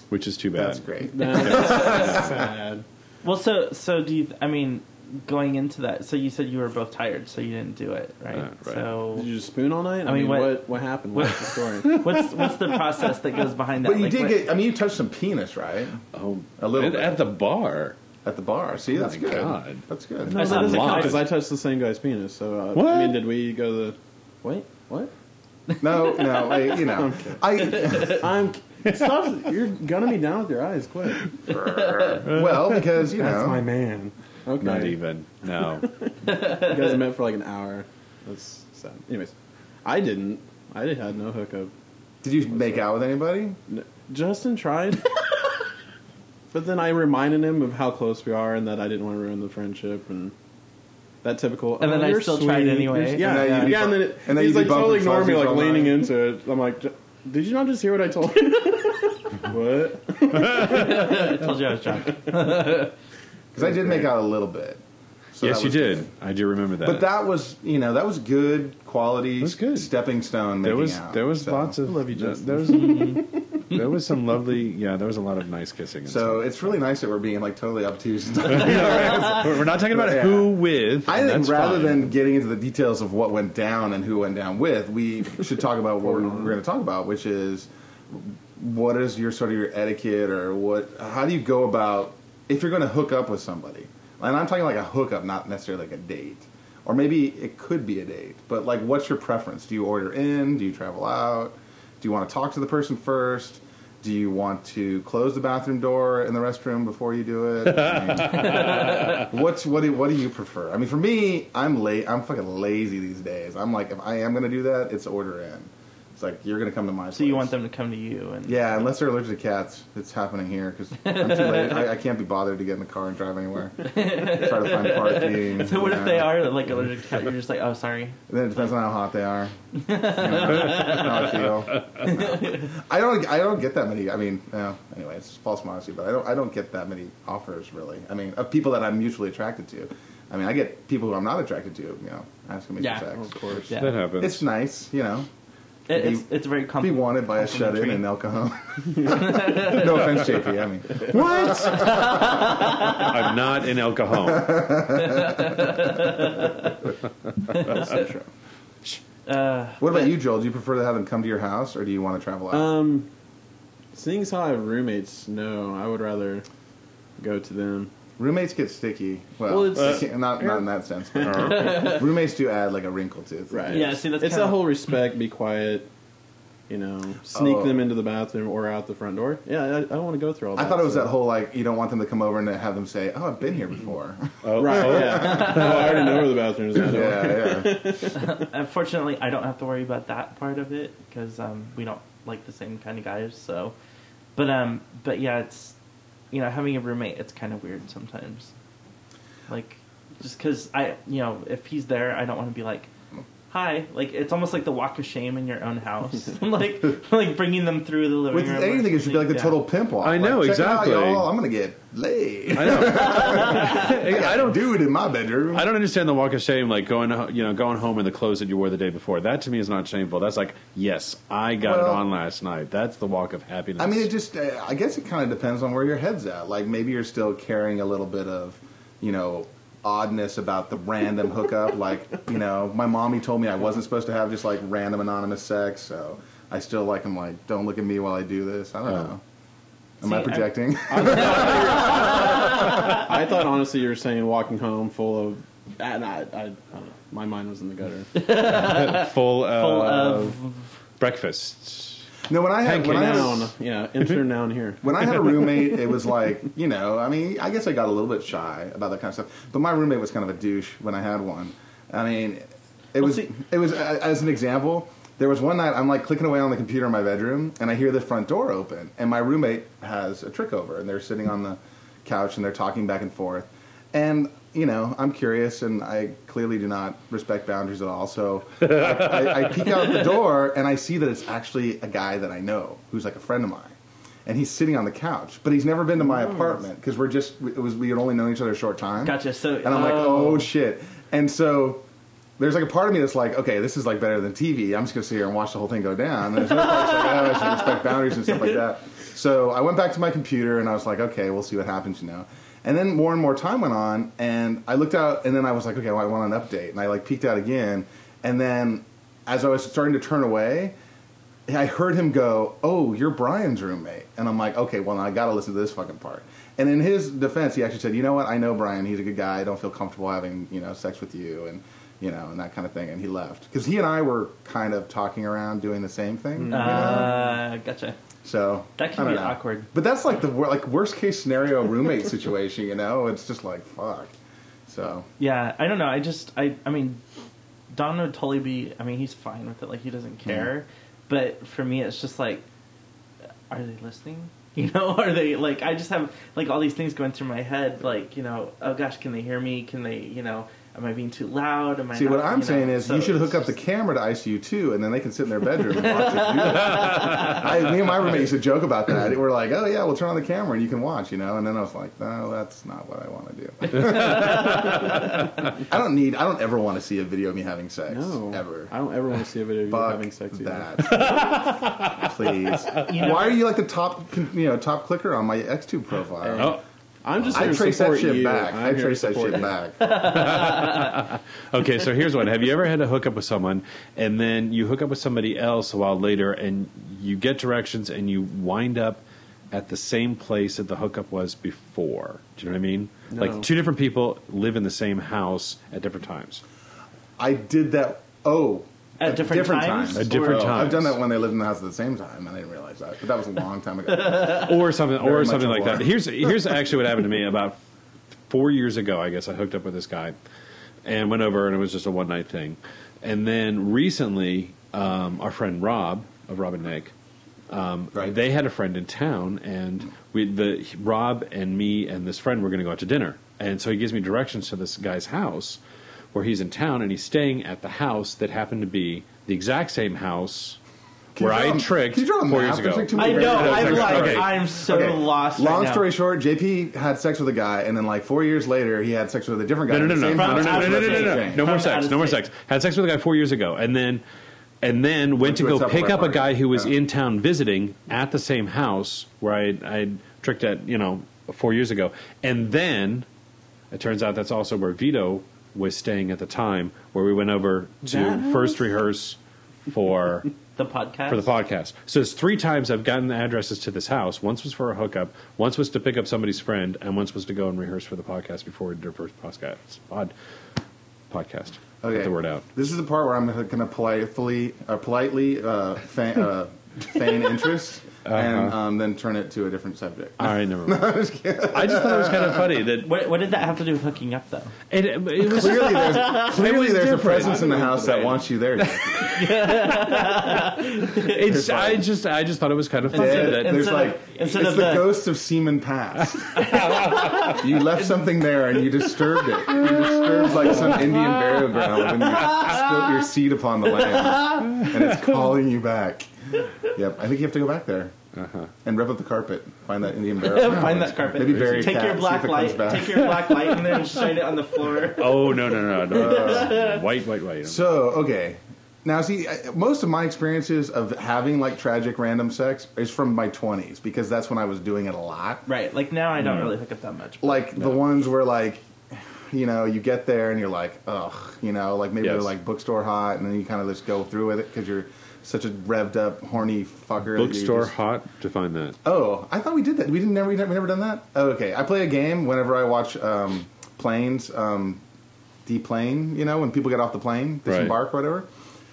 B: which is too bad.
D: That's great.
E: That's sad.
C: Well, so so do you? I mean, going into that, so you said you were both tired, so you didn't do it, right?
B: Uh, right.
E: Did
C: So
E: you just spoon all night? I,
C: mean,
E: mean,
C: what-
E: what, what happened? What's the story?
C: what's what's the process that goes behind that?
D: But you
C: Like,
D: did
C: what-
D: get. I mean, you touched some penis, right?
B: Oh,
D: A little
B: at,
D: bit.
B: at the bar.
D: At the bar. See,
B: Oh
D: that's
B: my
D: good.
B: God.
D: That's good.
C: No,
E: no, that
C: not
E: doesn't count
B: live.
E: because I touched the same guy's penis. So uh,
B: What?
E: I mean, did we go the? Wait, what?
D: No, no, I, you know, I.
E: I'm. Stop! You're gonna be down with your eyes quick.
D: Well, because you
E: That's my
D: know,
E: man. Okay.
B: Not even. No.
E: You guys met for like an hour. That's sad. Anyways, I didn't. I did- had no hookup.
D: did you make out with anybody?
E: N- Justin tried, but then I reminded him of how close we are and that I didn't want to ruin the friendship and that typical.
C: And then
E: "Oh,
C: I
E: you're
C: still
E: sweet,
C: tried
E: you're-
C: anyway."
E: Yeah,
D: And then
E: yeah.
D: you'd be
E: yeah, and then,
D: bu-
E: it,
D: and then
E: he's
D: you'd
E: like
D: be
E: totally
D: bumping
E: ignoring me,
D: fuzzies
E: like
D: all
E: leaning
D: night.
E: into it. I'm like, "Ju- did you not just hear what I told you? what?
C: I told you I was drunk.
D: Because I did make out a little bit. So
B: yes,
D: that
B: you
D: was
B: did.
D: good.
B: I do remember that.
D: But that was, you know, that was good quality.
B: was good.
D: stepping stone.
B: there
D: making
B: was
D: out.
B: there was
D: So-
B: lots of
E: I love you,
B: there-
E: Justin.
B: There was there was some lovely. Yeah, there was a lot of nice kissing. and
D: So
B: stuff.
D: it's really nice that we're being like totally obtuse.
B: But we're not talking about
D: Yeah.
B: who with.
D: I
B: and
D: think
B: that's
D: rather
B: fine.
D: than getting into the details of what went down and who went down with, we should talk about what we're, we're going to talk about, which is what is your sort of your etiquette or what? How do you go about if you're going to hook up with somebody? And I'm talking like a hookup, not necessarily like a date, or maybe it could be a date. But like, what's your preference? Do you order in? Do you travel out? Do you want to talk to the person first? Do you want to close the bathroom door in the restroom before you do it? I mean, What's what do, what do you prefer? I mean, for me, I'm late. I'm fucking lazy these days. I'm like, if I am gonna do that, it's order in. It's like you're gonna come to my.
C: So you want them to come to you and
D: Yeah, unless they're allergic to cats, it's happening here because I'm too late. I, I can't be bothered to get in the car and drive anywhere. Try to find parking.
C: So what
D: you
C: if they
D: know.
C: are like allergic to cat? You're just like, oh, sorry.
D: Then it depends on how hot they are. You know, how I feel. I don't. I don't get that many. I mean, no, anyway, it's false modesty, but I don't. I don't get that many offers really. I mean, of people that I'm mutually attracted to. I mean, I get people who I'm not attracted to. You know, asking me
C: Yeah.
D: for sex.
E: Of course.
C: Yeah,
B: that happens.
D: It's nice, you know,
C: It- it's it's very
D: be
C: complex.
D: wanted by a shut in
C: Complimentary.
D: in El Cajon. no offense, JP. I mean,
B: what? I'm not in El Cajon.
C: Uh,
D: what about you, Joel? Do you prefer to have them come to your house, or do you want to travel out?
E: Um, seeing as how I have roommates, no, I would rather go to them.
D: Roommates get sticky. Well,
E: Well, it's-
D: sticky- not not in that sense. But roommates do add like a wrinkle to it.
C: Yeah, see, that's
E: it's
C: kinda-
E: that whole respect, be quiet, you know, sneak
D: Oh.
E: them into the bathroom or out the front door. Yeah, I, I don't want to go through all that.
D: I thought it was
E: so-
D: that whole like you don't want them to come over and have them say, "Oh, I've been here before."
B: Oh,
E: Right,
B: oh,
E: yeah. oh, I already know where the bathroom is. I don't-
D: yeah, yeah.
C: unfortunately, I don't have to worry about that part of it because um, we don't like the same kind of guys. So, but um, but yeah, it's you know having a roommate, it's kind of weird sometimes. Like, just because I, you know, if he's there, I don't want to be like, hi. Like, it's almost like the walk of shame in your own house. like, like bringing them through the living
D: With
C: room. or
D: anything, it should be like the
C: something.
D: total pimp off.
B: I know,
D: like, check it out,
B: exactly.
D: y'all. I'm gonna get laid.
B: I know. I don't.
D: dude in my bedroom.
B: I don't understand the walk of shame, like going, ho- you know, going home in the clothes that you wore the day before. That to me is not shameful. That's like, yes, I got it
D: Well-
B: on last night. That's the walk of happiness.
D: I mean, it just, uh, I guess it kind of depends on where your head's at. Like, maybe you're still carrying a little bit of, you know, oddness about the random hookup. Like, you know, my mommy told me I wasn't supposed to have just like random anonymous sex, so I still like, I'm like, don't look at me while I do this. I don't know. Am
C: See,
D: I
C: I-
D: projecting?
E: I thought honestly you were saying walking home full of, and I, I, I don't know. My mind was in the gutter.
B: Uh, full, of
C: Full of
B: breakfast.
D: no, when I had, when I had,
E: noun, yeah, insert noun here.
D: when I had a roommate, it was like, you know, I mean, I guess I got a little bit shy about that kind of stuff. But my roommate was kind of a douche when I had one. I mean, it
C: Well,
D: was,
C: see-
D: it was, uh, as an example, there was one night I'm like clicking away on the computer in my bedroom and I hear the front door open and my roommate has a trick over and they're sitting on the couch and they're talking back and forth. And, you know, I'm curious and I clearly do not respect boundaries at all. So I, I, I peek out the door and I see that it's actually a guy that I know who's like a friend of mine and he's sitting on the couch, but he's never been to my
C: Mm.
D: apartment because we're just it was we had only known each other a short time.
C: Gotcha. So
D: And I'm like,
C: oh.
D: oh shit. And so there's like a part of me that's like, okay, this is like better than TV. I'm just gonna sit here and watch the whole thing go down. And there's another part that's like, oh, I should respect boundaries and stuff like that. So I went back to my computer and I was like, okay, we'll see what happens, you know. And then more and more time went on, and I looked out, and then I was like, okay, well, I want an update, and I like peeked out again, and then as I was starting to turn away, I heard him go, "Oh, you're Brian's roommate," and I'm like, "Okay, well, now I got to listen to this fucking part." And in his defense, he actually said, "You know what? I know Brian. He's a good guy. I don't feel comfortable having you know sex with you, and you know, and that kind of thing." And he left because he and I were kind of talking around, doing the same thing. you know?
C: Uh, gotcha.
D: So
C: That can
D: I don't
C: be
D: know.
C: awkward.
D: But that's like the wor- like worst case scenario roommate situation. You know, it's just like fuck. So
C: Yeah, I don't know. I just, I, I mean, Don would totally be. I mean, he's fine with it. Like he doesn't care. But for me, it's just like, are they listening? You know, are they like? I just have like all these things going through my head. Like you know, oh gosh, can they hear me? Can they? You know, am I being too loud? Am I?
D: see,
C: not-
D: what I'm
C: you know,
D: saying is,
C: so
D: you should
C: it's
D: hook up the
C: just-
D: camera to ICU two, and then they can sit in their bedroom and watch it. do that. I, me and my roommate used to joke about that. We're like, oh yeah, we'll turn on the camera and you can watch. You know, and then I was like, no, that's not what I want to do. I don't need. I don't ever want to see a video of me having sex.
E: No,
D: Ever.
E: I don't ever want to see a video of you
D: Fuck
E: having sex. either.
D: that. Please.
C: know-
D: Why are you like the top, you know, top clicker on my X2 profile?
B: Oh,
E: I'm just.
D: I
E: here to
D: trace that
E: support
D: shit
E: you.
D: back.
E: I'm
D: I
E: here to
D: trace that
E: support
D: shit
E: you.
D: back.
B: okay. So here's one: Have you ever had to hook up with someone, and then you hook up with somebody else a while later, and you get directions, and you wind up at the same place that the hookup was before? Do you know what I mean? Like
E: No.
B: two different people live in the same house at different times.
D: I did that. Oh,
C: At different times?
B: At different
D: Oh, I've
B: times.
D: done that when they lived in the house at the same time, and I didn't realize that. But that was a long time ago.
B: or something
D: Very
B: or
D: much
B: something
D: a
B: like
D: war.
B: that. Here's here's actually what happened to me about four years ago. I guess I hooked up with this guy and went over, and it was just a one night thing. And then recently, um, our friend Rob of Rob and Nick,
D: right?
B: they had a friend in town, and we, the Rob and me and this friend were going to go out to dinner. And so he gives me directions to this guy's house, where he's in town, and he's staying at the house that happened to be the exact same house
D: Can you
B: where
D: draw
B: I
D: a-
B: tricked
D: can you draw a map?
B: four years
D: There's,
B: ago.
D: like, too
C: I
D: many
C: know.
D: variables.
C: I'm
B: Okay.
C: like,
B: Okay.
C: I'm so
D: Okay.
C: lost.
D: Long
C: right now.
D: story short, JP had sex with a guy, and then like four years later, he had sex with a different guy.
B: No, no, no,
D: in the
B: no,
D: same
B: no, no,
D: house.
B: no, no, no, no, no, no,
D: Same.
B: no more
C: From out
B: sex,
C: of
B: no more
C: state.
B: sex. Had sex with a guy four years ago, and then, and then went to
D: to a
B: go pick
D: Tupperware
B: up a
D: party.
B: guy who was
D: Yeah.
B: in town visiting at the same house where I I tricked at you know four years ago, and then it turns out that's also where Vito was staying at the time, where we went over to
E: That
B: first rehearse for
C: The podcast.
B: for the podcast. So it's three times I've gotten the addresses to this house. Once was for a hookup, once was to pick up somebody's friend, and once was to go and rehearse for the podcast before we did our first podcast. Pod, podcast.
D: Okay.
B: Get the word out.
D: This is the part where I'm going to politely, uh, politely uh, feign, uh, feign interest,
B: Uh-huh.
D: and um, then turn it to a different subject.
B: All right, never mind. I just thought it was kind of funny that
C: What, what did that have to do with hooking up though?
B: it, it was.
D: Clearly, there's, clearly
B: was
D: there's a
B: different.
D: presence in the house that wants you there. JP.
B: It's, I just I just thought it was kind of funny
D: Dead.
B: that
D: There's
C: Instead of-
D: like it's
C: instead
D: the,
C: of the-
D: ghost of semen past. you left something there and you disturbed it. You disturbed like some Indian burial ground when you spilled your seed upon the land, and it's calling you back. Yep, I think you have to go back there and rip up the carpet, find that Indian burial. ground.
C: Find that carpet.
D: Oh, Maybe bury a
C: take
D: cat,
C: your
D: see
C: black
D: if it comes
C: light.
D: back.
C: Take your black light and then shine it on the floor.
B: oh no no no no white white white.
D: So okay, now see, I, most of my experiences of having like tragic random sex is from my twenties because that's when I was doing it a lot.
C: Right. Like now, I don't
B: Hmm.
C: really hook up that much.
D: Like the ones where like, you know, you get there and you're like, ugh, you know, like maybe
B: Yes.
D: they're like bookstore hot, and then you kind of just go through with it because you're such a revved up horny fucker. that you
B: Bookstore
D: just-
B: hot to find that.
D: Oh, I thought we did that. We didn't never we never done that. Oh, okay, I play a game whenever I watch um, planes um, deplane. You know, when people get off the plane, disembark or whatever.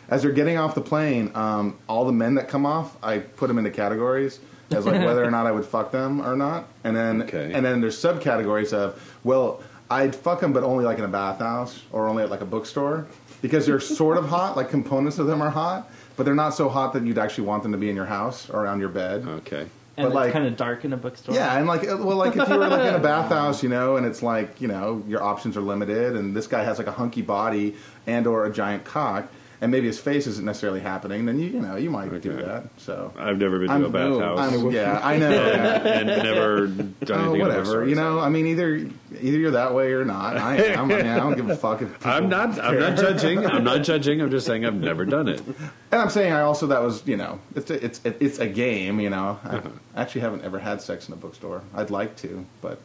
D: As they're getting off the plane, um, all the men that come off, I put them into categories as like whether or not I would fuck them or not, and then
B: Okay.
D: and then there's subcategories of well, I'd fuck them, but only like in a bathhouse or only at like a bookstore because they're sort of hot. Like components of them are hot. But they're not so hot that you'd actually want them to be in your house or around your bed.
B: Okay.
C: And
D: But, like-
C: it's kind of dark in a bookstore.
D: Yeah, and like, uh, well, like if you were like in a bathhouse, you know, and it's like, you know, your options are limited, and this guy has like a hunky body and or a giant cock, and maybe his face isn't necessarily happening, then you, you know, you might do
B: Okay.
D: that. So,
B: I've never been to
D: I'm-
B: a bathhouse
D: I'm, yeah, I know. yeah.
B: and never
D: Oh,
B: done anything. at a
D: whatever.
B: bookstore,
D: You
B: so.
D: know, I mean, either either you're that way or not. I am. I mean, I don't give a fuck if. People,
B: I'm not. I'm not judging. I'm not judging. I'm just saying I've never done it.
D: And I'm saying I also that was you know it's a, it's it's a game. You know, I actually haven't ever had sex in a bookstore. I'd like to, but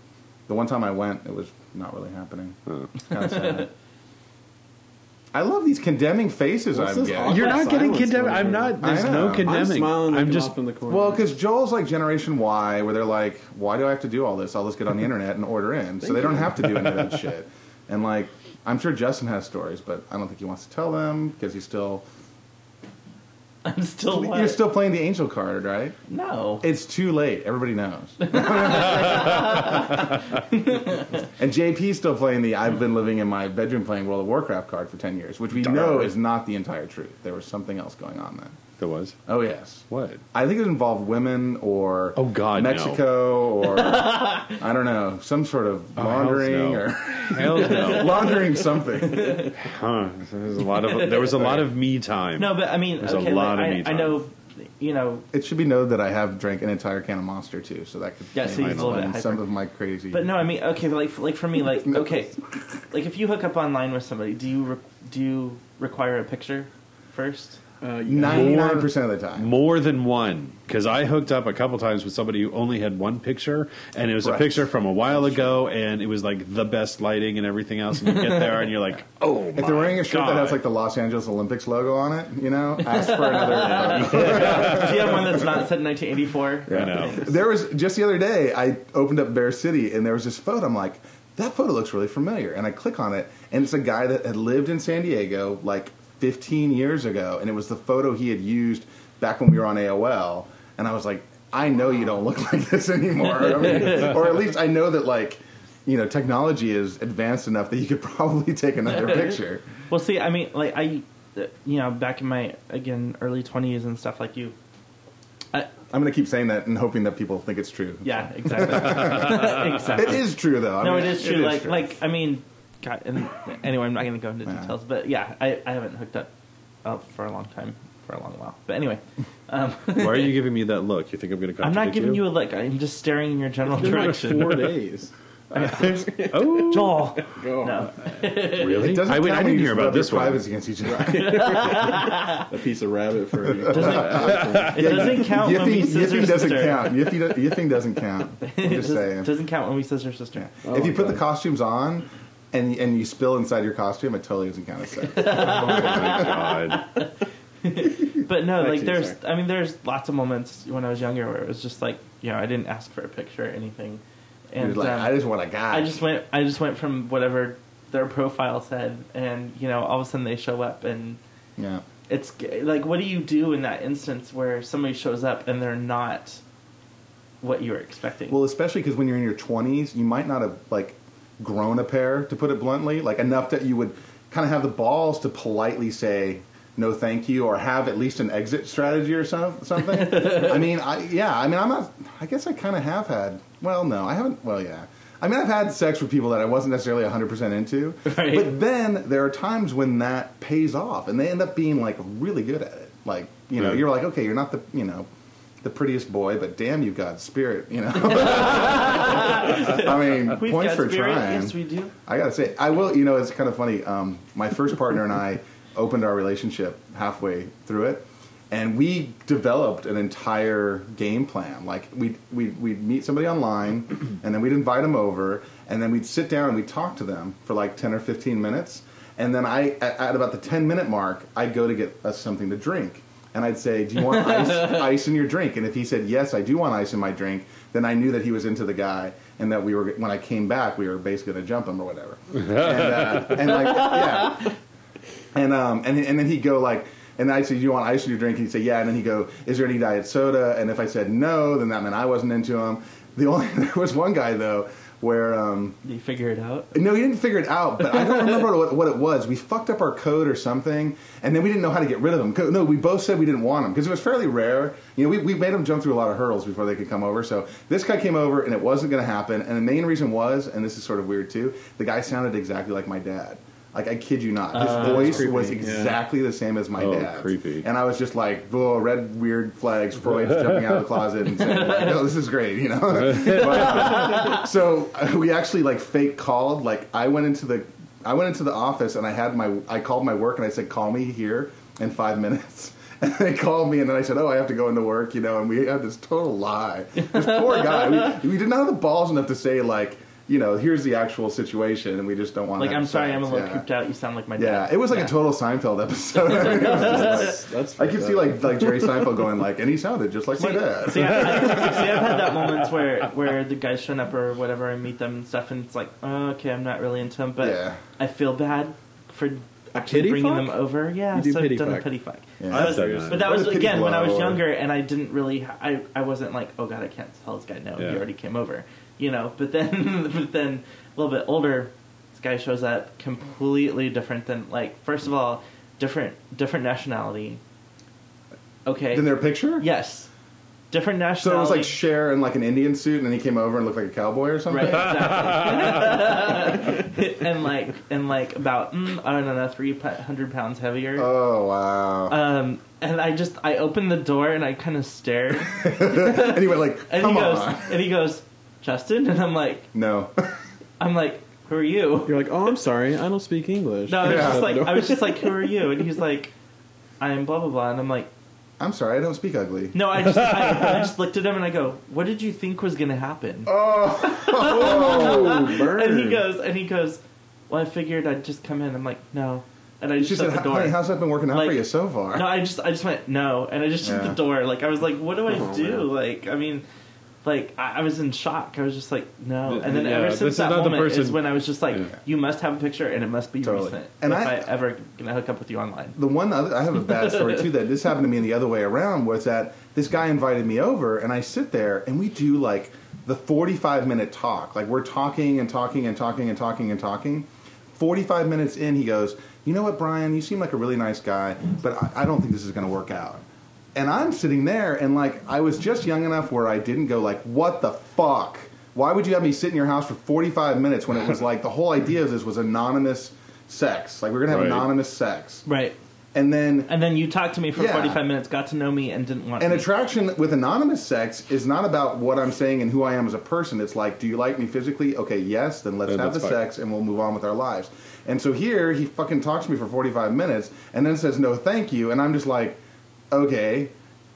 D: The one time I went, it was not really happening. It's kind of sad. I love these condemning faces
E: What's
D: I'm
E: this
D: getting.
E: awkward
B: You're not getting
E: silence
B: condemned.
E: over
B: I'm
E: here?
B: not.
D: I
B: There's
D: know.
B: no
D: I'm
E: I'm
B: condemning.
E: smiling.
B: I'm just.
E: in the corner. Uh,
D: Well, because Joel's like Generation Y, where they're like, "Why do I have to do all this? I'll just get on the internet and order in." So they don't have to do any of that shit. And like, I'm sure Justin has stories, but I don't think he wants to tell them because he's still
C: I'm still.
D: you're
C: what?
D: still playing the angel card, right?
C: no.
D: It's too late. Everybody knows. and JP's still playing the I've been living in my bedroom playing World of Warcraft card for 10 years, which we know is not the entire truth. There was something else going on then.
B: There was
D: Oh, yes.
B: what?
D: I think it involved women or
B: Oh, God, no.
D: Mexico or I don't know, some sort of
B: Oh, hell's
D: laundering
B: no.
D: or
B: Hell no.
D: laundering something.
B: huh. There was a lot of. There was a lot of me time.
C: no, but I mean,
B: There's a
C: okay,
B: lot
C: like, I,
B: of me
C: I
B: time.
C: know. You know,
D: It should be noted that I have drank an entire can of Monster too, so that could
C: Yeah, so
D: maybe
C: he's a little bit
D: explain some
C: hyper.
D: of my crazy.
C: but no, I mean, okay, but like, like for me, like,
D: No.
C: okay, like if you hook up online with somebody, do you re- do you require a picture first?
E: uh, yeah.
D: Ninety-nine percent of the time,
B: More than one, because I hooked up a couple times with somebody who only had one picture, and it was a
D: Right.
B: picture from a while ago, and it was like the best lighting and everything else. And you get there, and you're like, oh,
D: If they're wearing a shirt that
B: God.
D: has like the Los Angeles Olympics logo on it, you know, ask for another.
C: do you have one that's not said 1984?
B: I know.
D: There was just the other day, I opened up Bear City and there was this photo. I'm like, that photo looks really familiar. And I click on it, and it's a guy that had lived in San Diego like 15 years ago, and it was the photo he had used back when we were on AOL. And I was like, I know you don't look like this anymore. I mean, or at least I know that like, you know, technology is advanced enough that you could probably take another picture.
C: Well, see, I mean, like I, uh, you know, back in my again early twenties and stuff like you. I,
D: I'm going to keep saying that and hoping that people think it's true.
C: yeah, exactly. exactly.
D: It is true, though.
C: No, it is true. like, like I mean, God, and anyway, I'm not going to go into
D: Yeah.
C: details, but yeah, I, I haven't hooked up uh, for a long time, for a long while. But anyway, um,
B: Why are you giving me that look? You think I'm going to?
C: I'm not giving you a look. I'm just staring in your general
E: It's been like
C: direction.
E: Four days.
B: a. oh,
C: Joel,
E: Go
C: no,
B: really?
D: It doesn't count
B: I, wait, I
D: when
B: didn't
D: you
B: hear
D: just
B: about
D: rub your
B: this one.
D: privacy against each other.
E: a piece of rabbit for you.
C: it doesn't count when we
D: Yiffy,
C: scissor
D: Yiffy doesn't
C: sister.
D: count. Yiffy, do, Yiffing doesn't count. I'm
C: It
D: just saying.
C: doesn't, doesn't count when we scissor sister.
E: Oh
D: if you
E: my
D: put the
E: God.
D: costumes on and and you spill inside your costume, it totally doesn't count as sex.
B: Oh, God.
C: But no,
E: Back
C: like
E: to you,
C: there's, I mean, there's lots of moments when I was younger where it was just like, you know, I didn't ask for a picture or anything,
D: You're
C: and
D: like,
C: um,
D: I just want a guy.
C: I just went. I just went from whatever their profile said, and you know, all of a sudden they show up, and
D: yeah.
C: it's g- like, what do you do in that instance where somebody shows up and they're not what you were expecting?
D: Well, especially because when you're in your 20s, you might not have like grown a pair, to put it bluntly, like enough that you would kind of have the balls to politely say no, thank you, or have at least an exit strategy or some, something. I mean, I yeah, I mean, I'm not. I guess I kind of have had. Well, no, I haven't. Well, yeah. I mean, I've had sex with people that I wasn't necessarily 100% into.
C: Right.
D: But then there are times when that pays off and they end up being like really good at it. Like, you know,
B: Yeah.
D: you're like, okay, you're not the, you know, the prettiest boy, but damn, you've got spirit, you know? I mean,
C: We've
D: points
C: got
D: for
C: spirit.
D: trying.
C: Yes, we do.
D: I gotta say, I will. You know, it's kind of funny. Um, my first partner and I opened our relationship halfway through it, and we developed an entire game plan. Like we'd we'd, we'd meet somebody online, and then we'd invite them over, and then we'd sit down and we'd talk to them for like ten or fifteen minutes, and then I at, at about the ten minute mark, I'd go to get us something to drink. And I'd say, "Do you want ice, ice in your drink?" And if he said, "Yes, I do want ice in my drink," then I knew that he was into the guy, and that we were. When I came back, we were basically going to jump him or whatever. And, uh, and like, yeah. And um, and and then he'd go like, and I'd say, "Do you want ice in your drink?" He'd say, "Yeah." And then he'd go, "Is there any diet soda?" And if I said no, then that meant I wasn't into him. The only there was one guy though where. Um,
C: You figure it out.
D: no, he didn't figure it out, but I don't remember what, what it was. We fucked up our code or something, and then we didn't know how to get rid of him. 'Cause- No, we both said we didn't want him because it was fairly rare. You know, we, we made him jump through a lot of hurdles before they could come over. So this guy came over, and it wasn't going to happen. And the main reason was, and this is sort of weird too, the guy sounded exactly like my dad. Like I kid you not, his voice
E: creepy,
D: was
E: yeah.
D: exactly the same as my
B: Oh,
D: dad's.
B: creepy.
D: And I was just like, whoa, red weird flags, Freud's jumping out of the closet and saying, like, no, this is great, you know? But, uh, so uh, we actually like fake called. Like I went into the I went into the office and I had my I called my work and I said, call me here in five minutes. And they called me, and then I said, "Oh, I have to go into work," you know. And we had this total lie. This poor guy. We, we did not have the balls enough to say like, you know, here's the actual situation, and we just don't want.
C: Like,
D: to have
C: I'm sorry, I'm
D: sex.
C: a little
D: yeah.
C: cooped out. You sound like my
D: Yeah,
C: dad.
D: it was like
C: Yeah.
D: a total Seinfeld episode.
E: That's, that's
D: I could see
E: fucked up.
D: like like Jerry Seinfeld going like, and he sounded just like my dad.
C: See, I, I, see, I've had that moments where where the guys showing up or whatever, and meet them and stuff, and it's like, oh, okay, I'm not really into them, but
D: Yeah.
C: I feel bad for actually
E: pity
C: bringing
E: fuck?
C: them over. Yeah,
E: You do
C: so I've
E: pity
C: done a
E: fuck.
C: pity fuck.
D: Yeah.
C: I
B: I've
C: was-
B: done that.
C: but that was
D: Or a pity
C: again when I was
D: blow or-
C: younger, and I didn't really, I, I wasn't like, oh god, I can't tell this guy no.
B: Yeah.
C: He already came over, you know. But then, but then a little bit older, this guy shows up completely different than like first of all, different different nationality. Okay.
D: In their picture,
C: Yes. Different
D: So it
C: nationality.
D: was like Cher in like an Indian suit, and then he came over and looked like a cowboy or something.
C: right, exactly. and like and like about mm, I don't know three hundred pounds heavier.
D: Oh wow!
C: um, and I just I opened the door and I kind of stared.
D: and he went like,
C: And
D: "Come
C: he goes
D: on,
C: and he goes Justin and I'm like
D: no."
C: I'm like who are you?
E: You're like, oh, I'm sorry, I don't speak English.
C: No, I was
D: Yeah.
C: just like I was just like who are you? And he's like I'm blah blah blah and I'm like
D: I'm sorry, I don't speak ugly.
C: no I just I, I just looked at him and I go what did you think was gonna happen?
D: Oh,
C: And he goes, and he goes, well, I figured I'd just come in. I'm like, no. And I just
D: she
C: shut
D: said,
C: the door.
D: "Honey, how's that been working out
C: Like-
D: for you so far?"
C: no, I just, I just went, no. And I just shut
D: Yeah.
C: the door. Like, I was like, what do I
E: Oh,
C: do?
E: man.
C: Like, I mean, like, I, I was in shock. I was just like, no.
B: Th-
C: And then
B: yeah,
C: ever
B: this
C: since
B: is
C: that
B: not the
C: moment
B: person-
C: is when I was just like,
B: Yeah.
C: you must have a picture and it must be
D: Totally.
C: recent
D: And
C: if
D: I-
C: I, ever going to hook up with you online.
D: the one other, I have a bad story too that this happened to me in the other way around was that this guy invited me over and I sit there and we do like the 45 minute talk. Like we're talking and talking and talking and talking and talking. 45 minutes in, he goes, You know what, Brian? You seem like a really nice guy, but I, I don't think this is going to work out. And I'm sitting there and like I was just young enough where I didn't go, like, What the fuck? Why would you have me sit in your house for 45 minutes when it was like the whole idea of this was anonymous sex? Like, we're going to have
B: Right.
D: anonymous sex
C: Right.
D: and then
C: And then you talked to me for
D: Yeah.
C: 45 minutes, got to know me, and didn't want
D: and
C: me.
D: attraction with anonymous sex is not about what I'm saying and who I am as a person. It's like, do you like me physically? Okay, yes, then let's
B: Then
D: have the
B: let's fuck.
D: sex and we'll move on with our lives. And so here he fucking talks to me for 45 minutes and then says no, thank you, and I'm just like, okay,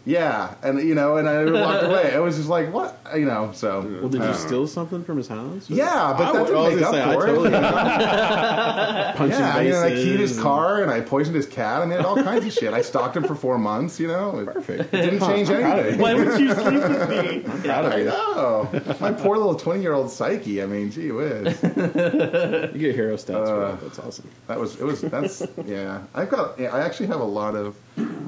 D: yeah, and you know, and I walked away. I was just like, what, you know, so
E: Well, did
D: I
E: you
D: don't know.
E: steal something from his house?
D: Uh, Yeah, but
E: I
D: that
E: would-
D: didn't
E: I was
D: make up
E: gonna say,
D: for
E: I
D: it.
E: totally punching
D: Yeah, I, mean, I
E: bases
D: keyed his
E: and-
D: car and I poisoned his cat. I mean, all kinds of shit. I stalked him for four months. You know, it
E: Perfect.
D: didn't change anything.
C: Why would you sleep with me? Yeah.
D: I know. My poor little 20 year old psyche. I mean, gee whiz.
E: You get hero stats for
D: Uh,
E: that. That's awesome.
D: That was, it was, that's, yeah. I've got, yeah, I actually have a lot of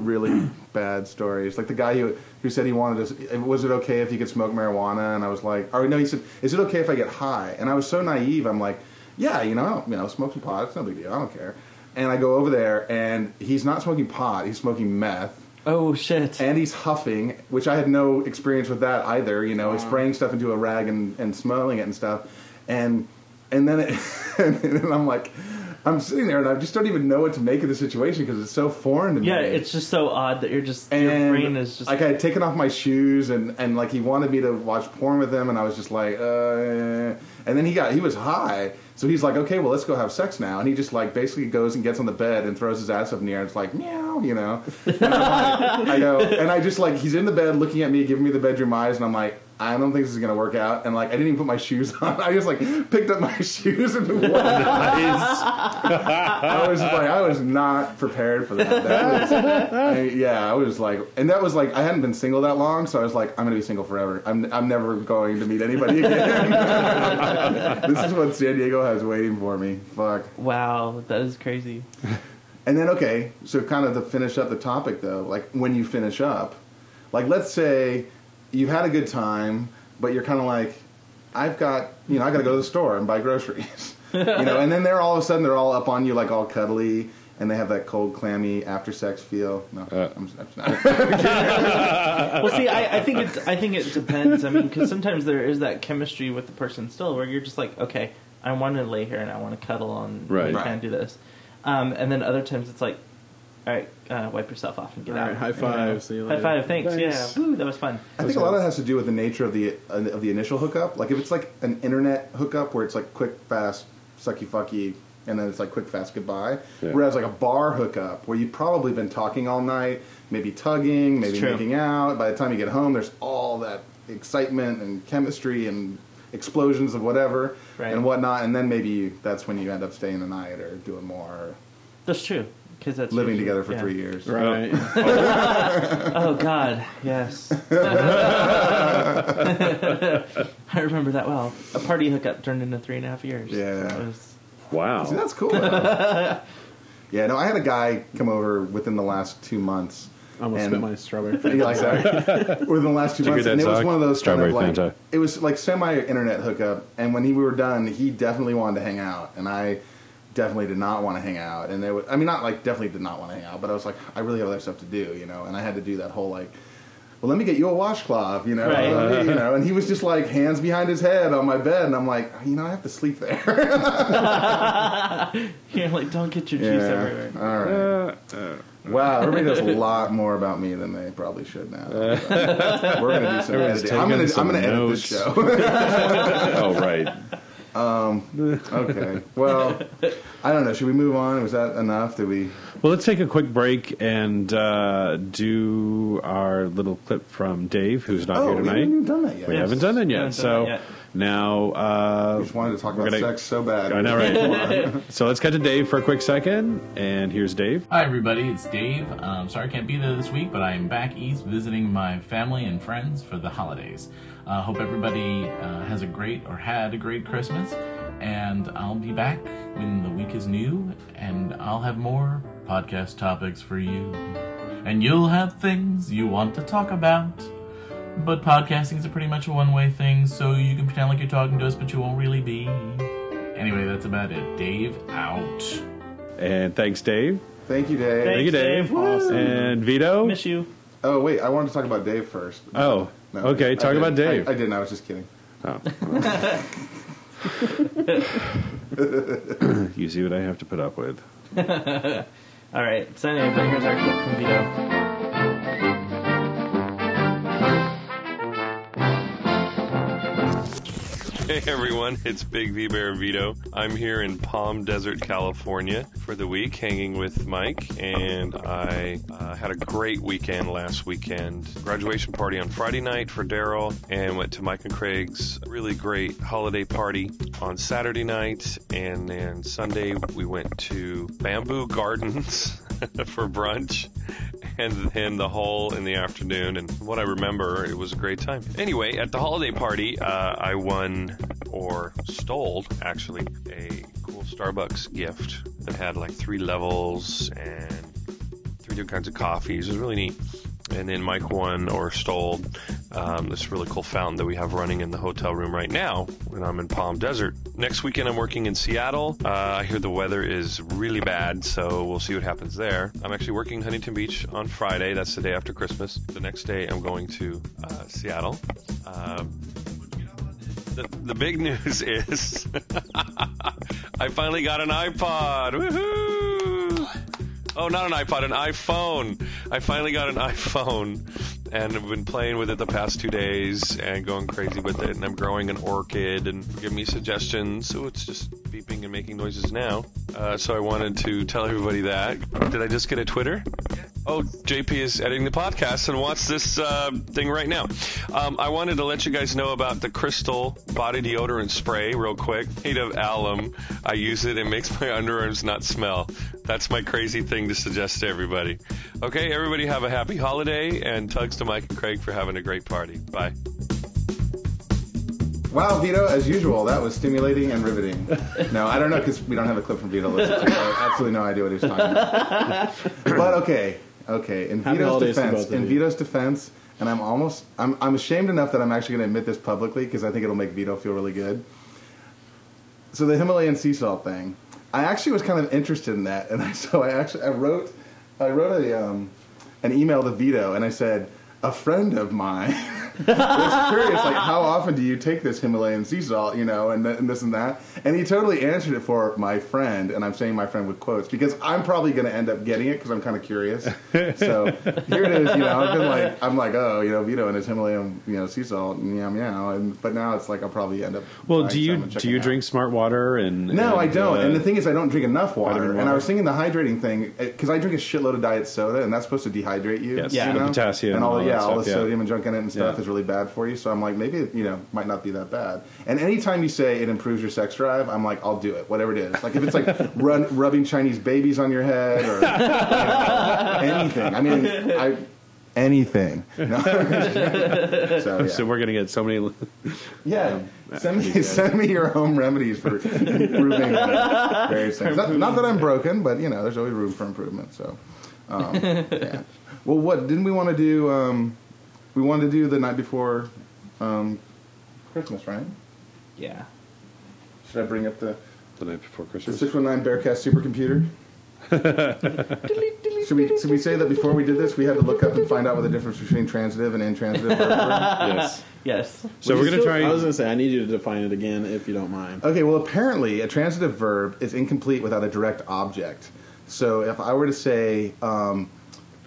D: really bad stories. Like the guy who, who said he wanted to, was it okay if he could smoke marijuana? And I was like, or no, he said, is it okay if I get high? And I was so naive. I'm like, yeah, you know, I don't, you know, smoke some pot. It's no big deal. I don't care. And I go over there and he's not smoking pot. He's smoking meth.
C: Oh, shit.
D: and he's huffing, which I had no experience with that either. You know, spraying stuff into a rag and, and smelling it and stuff, and and then it, and then I'm like, I'm sitting there and I just don't even know what to make of the situation because it's so foreign to me.
C: yeah, it's just so odd that you're just,
D: and
C: your brain is just.
D: like I had taken off my shoes and and like he wanted me to watch porn with him and I was just like, uh, and then he got he was high. So he's like, okay, well, let's go have sex now. And he just like basically goes and gets on the bed and throws his ass up in the air. And it's like meow, you know. I know. And I just like he's in the bed looking at me, giving me the bedroom eyes, and I'm like, I don't think this is gonna work out. And like I didn't even put my shoes on. I just like picked up my shoes and walked. I was just like, I was not prepared for that. That was- I- yeah, I was like, and that was like, I hadn't been single that long, so I was like, I'm gonna be single forever. I'm I'm never going to meet anybody again. this is what San Diego has waiting for me. Fuck.
C: Wow, that is crazy.
D: And then okay, so kind of to finish up the topic though, like when you finish up, like let's say you've had a good time, but you're kind of like, I've got you know I got to go to the store and buy groceries, you know, and then they're all of a sudden they're all up on you like all cuddly. And they have that cold, clammy after sex feel. No, I'm, I'm not. Uh,
C: Well, see, I, I think it's I think it depends. I mean, because sometimes there is that chemistry with the person still, where you're just like, okay, I want to lay here and I want to cuddle and
B: Right.
C: we can do this, um, and then other times it's like, all right, uh, wipe yourself off and get
E: All
C: out.
E: right, high
C: you know?
E: five, see you
C: high
E: later.
C: five, thanks,
B: Thanks.
C: yeah, woo, that was fun.
D: I think a lot of it has to do with the nature of the uh, of the initial hookup. Like if it's like an internet hookup where it's like quick, fast, sucky, fucky, and then it's like quick, fast goodbye.
B: Yeah.
D: Whereas like a bar hookup where you've probably been talking all night, maybe tugging, maybe
C: true.
D: making out. By the time you get home, there's all that excitement and chemistry and explosions of whatever
C: Right.
D: and whatnot, and then maybe you, that's when you end up staying the night or doing more,
C: That's true. Because that's
D: living
C: usually-
D: together for
C: yeah.
D: three years.
E: Right.
C: Oh God, yes. I remember that well. A party hookup turned into three and a half years.
D: Yeah.
C: It was-
B: Wow.
D: See, that's cool. though. yeah, no, I had a guy come over within the last two months.
E: I almost
D: and-
E: spit my strawberry.
D: You like that? Within the last two
B: Did you
D: months,
B: hear
D: and
B: that
D: it was
B: song?
D: one of those kind of
B: Strawberry
D: like
B: Fanta.
D: it was like semi-internet hookup. And when he, we were done, he definitely wanted to hang out, and I definitely did not want to hang out. And there was, I mean, not like definitely did not want to hang out, but I was like, I really have other stuff to do, you know. And I had to do that whole like. Well, let me get you a washcloth, you know.
C: Right.
D: let me- you know, and he was just like hands behind his head on my bed, and I'm like, you know, I have to sleep there.
C: You're like, don't get your juice everywhere.
D: All right.
B: Uh, uh,
D: Wow, everybody knows a lot more about me than they probably should now. We're gonna do some editing. I'm
B: taking
D: gonna
B: some
D: I'm gonna edit this
B: notes.
D: show.
B: oh right.
D: okay. Well, I don't know. Should we move on? Was that enough? Did we?
B: Well, let's take a quick break and uh, do our little clip from Dave, who's not
D: oh,
B: here
D: we
B: tonight.
D: haven't even done that yet.
B: We
D: We
B: haven't done it yet.
C: Haven't done
B: so
C: that yet.
B: now, uh,
D: just wanted to talk
B: We're
D: about
B: gonna-
D: sex so bad.
B: I know, right? so let's cut to Dave for a quick second, and here's Dave.
F: Hi, everybody, it's Dave. Um, sorry I can't be there this week, but I'm back east visiting my family and friends for the holidays. Uh, hope everybody uh, has a great or had a great Christmas, and I'll be back when the week is new, and I'll have more podcast topics for you. And you'll have things you want to talk about. But podcasting's a pretty much a one way thing, so you can pretend like you're talking to us, but you won't really be. Anyway, that's about it. Dave out.
B: And thanks, Dave.
D: Thank you, Dave.
B: Thank you, Dave.
C: Dave. Awesome.
B: And Vito.
C: Miss you.
D: Oh wait, I wanted to talk about Dave first.
B: Oh,
D: No, I
B: okay. Talk
D: didn't.
B: about Dave.
D: I, I didn't. I was just kidding.
B: you see what I have to put up with.
C: All right. So anyway, but here's our clip from Vito.
G: Hey everyone, it's Big V Bear Vito. I'm here in Palm Desert, California for the week, hanging with Mike, and I uh, had a great weekend last weekend. Graduation party on Friday night for Daryl, and went to Mike and Craig's really great holiday party on Saturday night, and then Sunday we went to Bamboo Gardens for brunch and then the whole in the afternoon. And from what I remember, it was a great time. Anyway, at the holiday party, uh, I won or stole actually a cool Starbucks gift that had like three levels and three different kinds of coffees. It was really neat. And then Mike won or stole um, this really cool fountain that we have running in the hotel room right now when I'm in Palm Desert. Next weekend, I'm working in Seattle. Uh, I hear the weather is really bad, so we'll see what happens there. I'm actually working in Huntington Beach on Friday. That's the day after Christmas. The next day, I'm going to uh, Seattle. Um, the, the big news is I finally got an iPod. Woohoo! Oh, not an iPod, an iPhone. I finally got an iPhone and I've been playing with it the past two days and going crazy with it. And I'm growing an orchid and giving me suggestions. So it's just beeping and making noises now. Uh, so I wanted to tell everybody that. Did I just get a Twitter? Oh, JP is editing the podcast and wants this uh, thing right now. Um, I wanted to let you guys know about the Crystal body deodorant spray, real quick. Made of alum. I use it; it makes my underarms not smell. That's my crazy thing to suggest to everybody. Okay, everybody, have a happy holiday, and tugs to Mike and Craig for having a great party. Bye.
D: Wow, Vito, as usual, that was stimulating and riveting. No, I don't know because we don't have a clip from Vito. to Listen to. I have absolutely no idea what he was talking about. But okay, okay. In
E: Happy
D: Vito's
E: holidays to
D: defense,
E: both of
D: in
E: you.
D: Vito's defense, and I'm almost, I'm, I'm ashamed enough that I'm actually going to admit this publicly because I think it'll make Vito feel really good. So the Himalayan sea salt thing, I actually was kind of interested in that, and I, so I actually I wrote, I wrote a um, an email to Vito, and I said, a friend of mine. was curious, like, how often do you take this Himalayan sea salt, you know, and, th- and this and that? And he totally answered it for my friend, and I'm saying my friend with quotes because I'm probably going to end up getting it because I'm kind of curious. so here it is, you know. I've been like, I'm like, oh, you know, Vito and his Himalayan, you know, sea salt, meow meow. And but now it's like I'll probably end up.
B: Well,
D: buying
B: do
D: some
B: you
D: and
B: do
D: checking
B: you
D: it out.
B: drink smart water and?
D: No, I don't.
B: uh,
D: and the thing is, I don't drink enough water.
B: vitamin
D: And I
B: water.
D: was thinking the hydrating thing because I drink a shitload of diet soda, and that's supposed to dehydrate you.
B: Yes,
D: you
C: Yeah. the
B: potassium
D: and all,
B: and all
D: yeah,
B: that
D: all the
B: stuff, yeah.
D: sodium and junk in it and stuff
B: Yeah.
D: is really bad for you. So I'm like, maybe it, you know, might not be that bad. And anytime you say it improves your sex drive, I'm like, I'll do it, whatever it is. Like if it's like run, rubbing Chinese babies on your head or you know, anything. I mean, I anything. No. so, yeah.
B: So we're gonna get so many.
D: Yeah, send me send me your home remedies for improving various things. Not, not that I'm broken, but you know, there's always room for improvement. So, um, yeah. Well, what didn't we want to do? Um, we wanted to do the night before um, Christmas, right?
C: Yeah.
D: Should I bring up the
B: the night before
D: the
B: Christmas.
D: six one nine Bearcast supercomputer? should we should we say that before we did this, we had to look up and find out what the difference between transitive and intransitive? were?
B: yes.
C: Yes.
B: So we're gonna try.
E: I was gonna say I need you to define it again if you don't mind.
D: Okay, well, apparently a transitive verb is incomplete without a direct object. So if I were to say, um,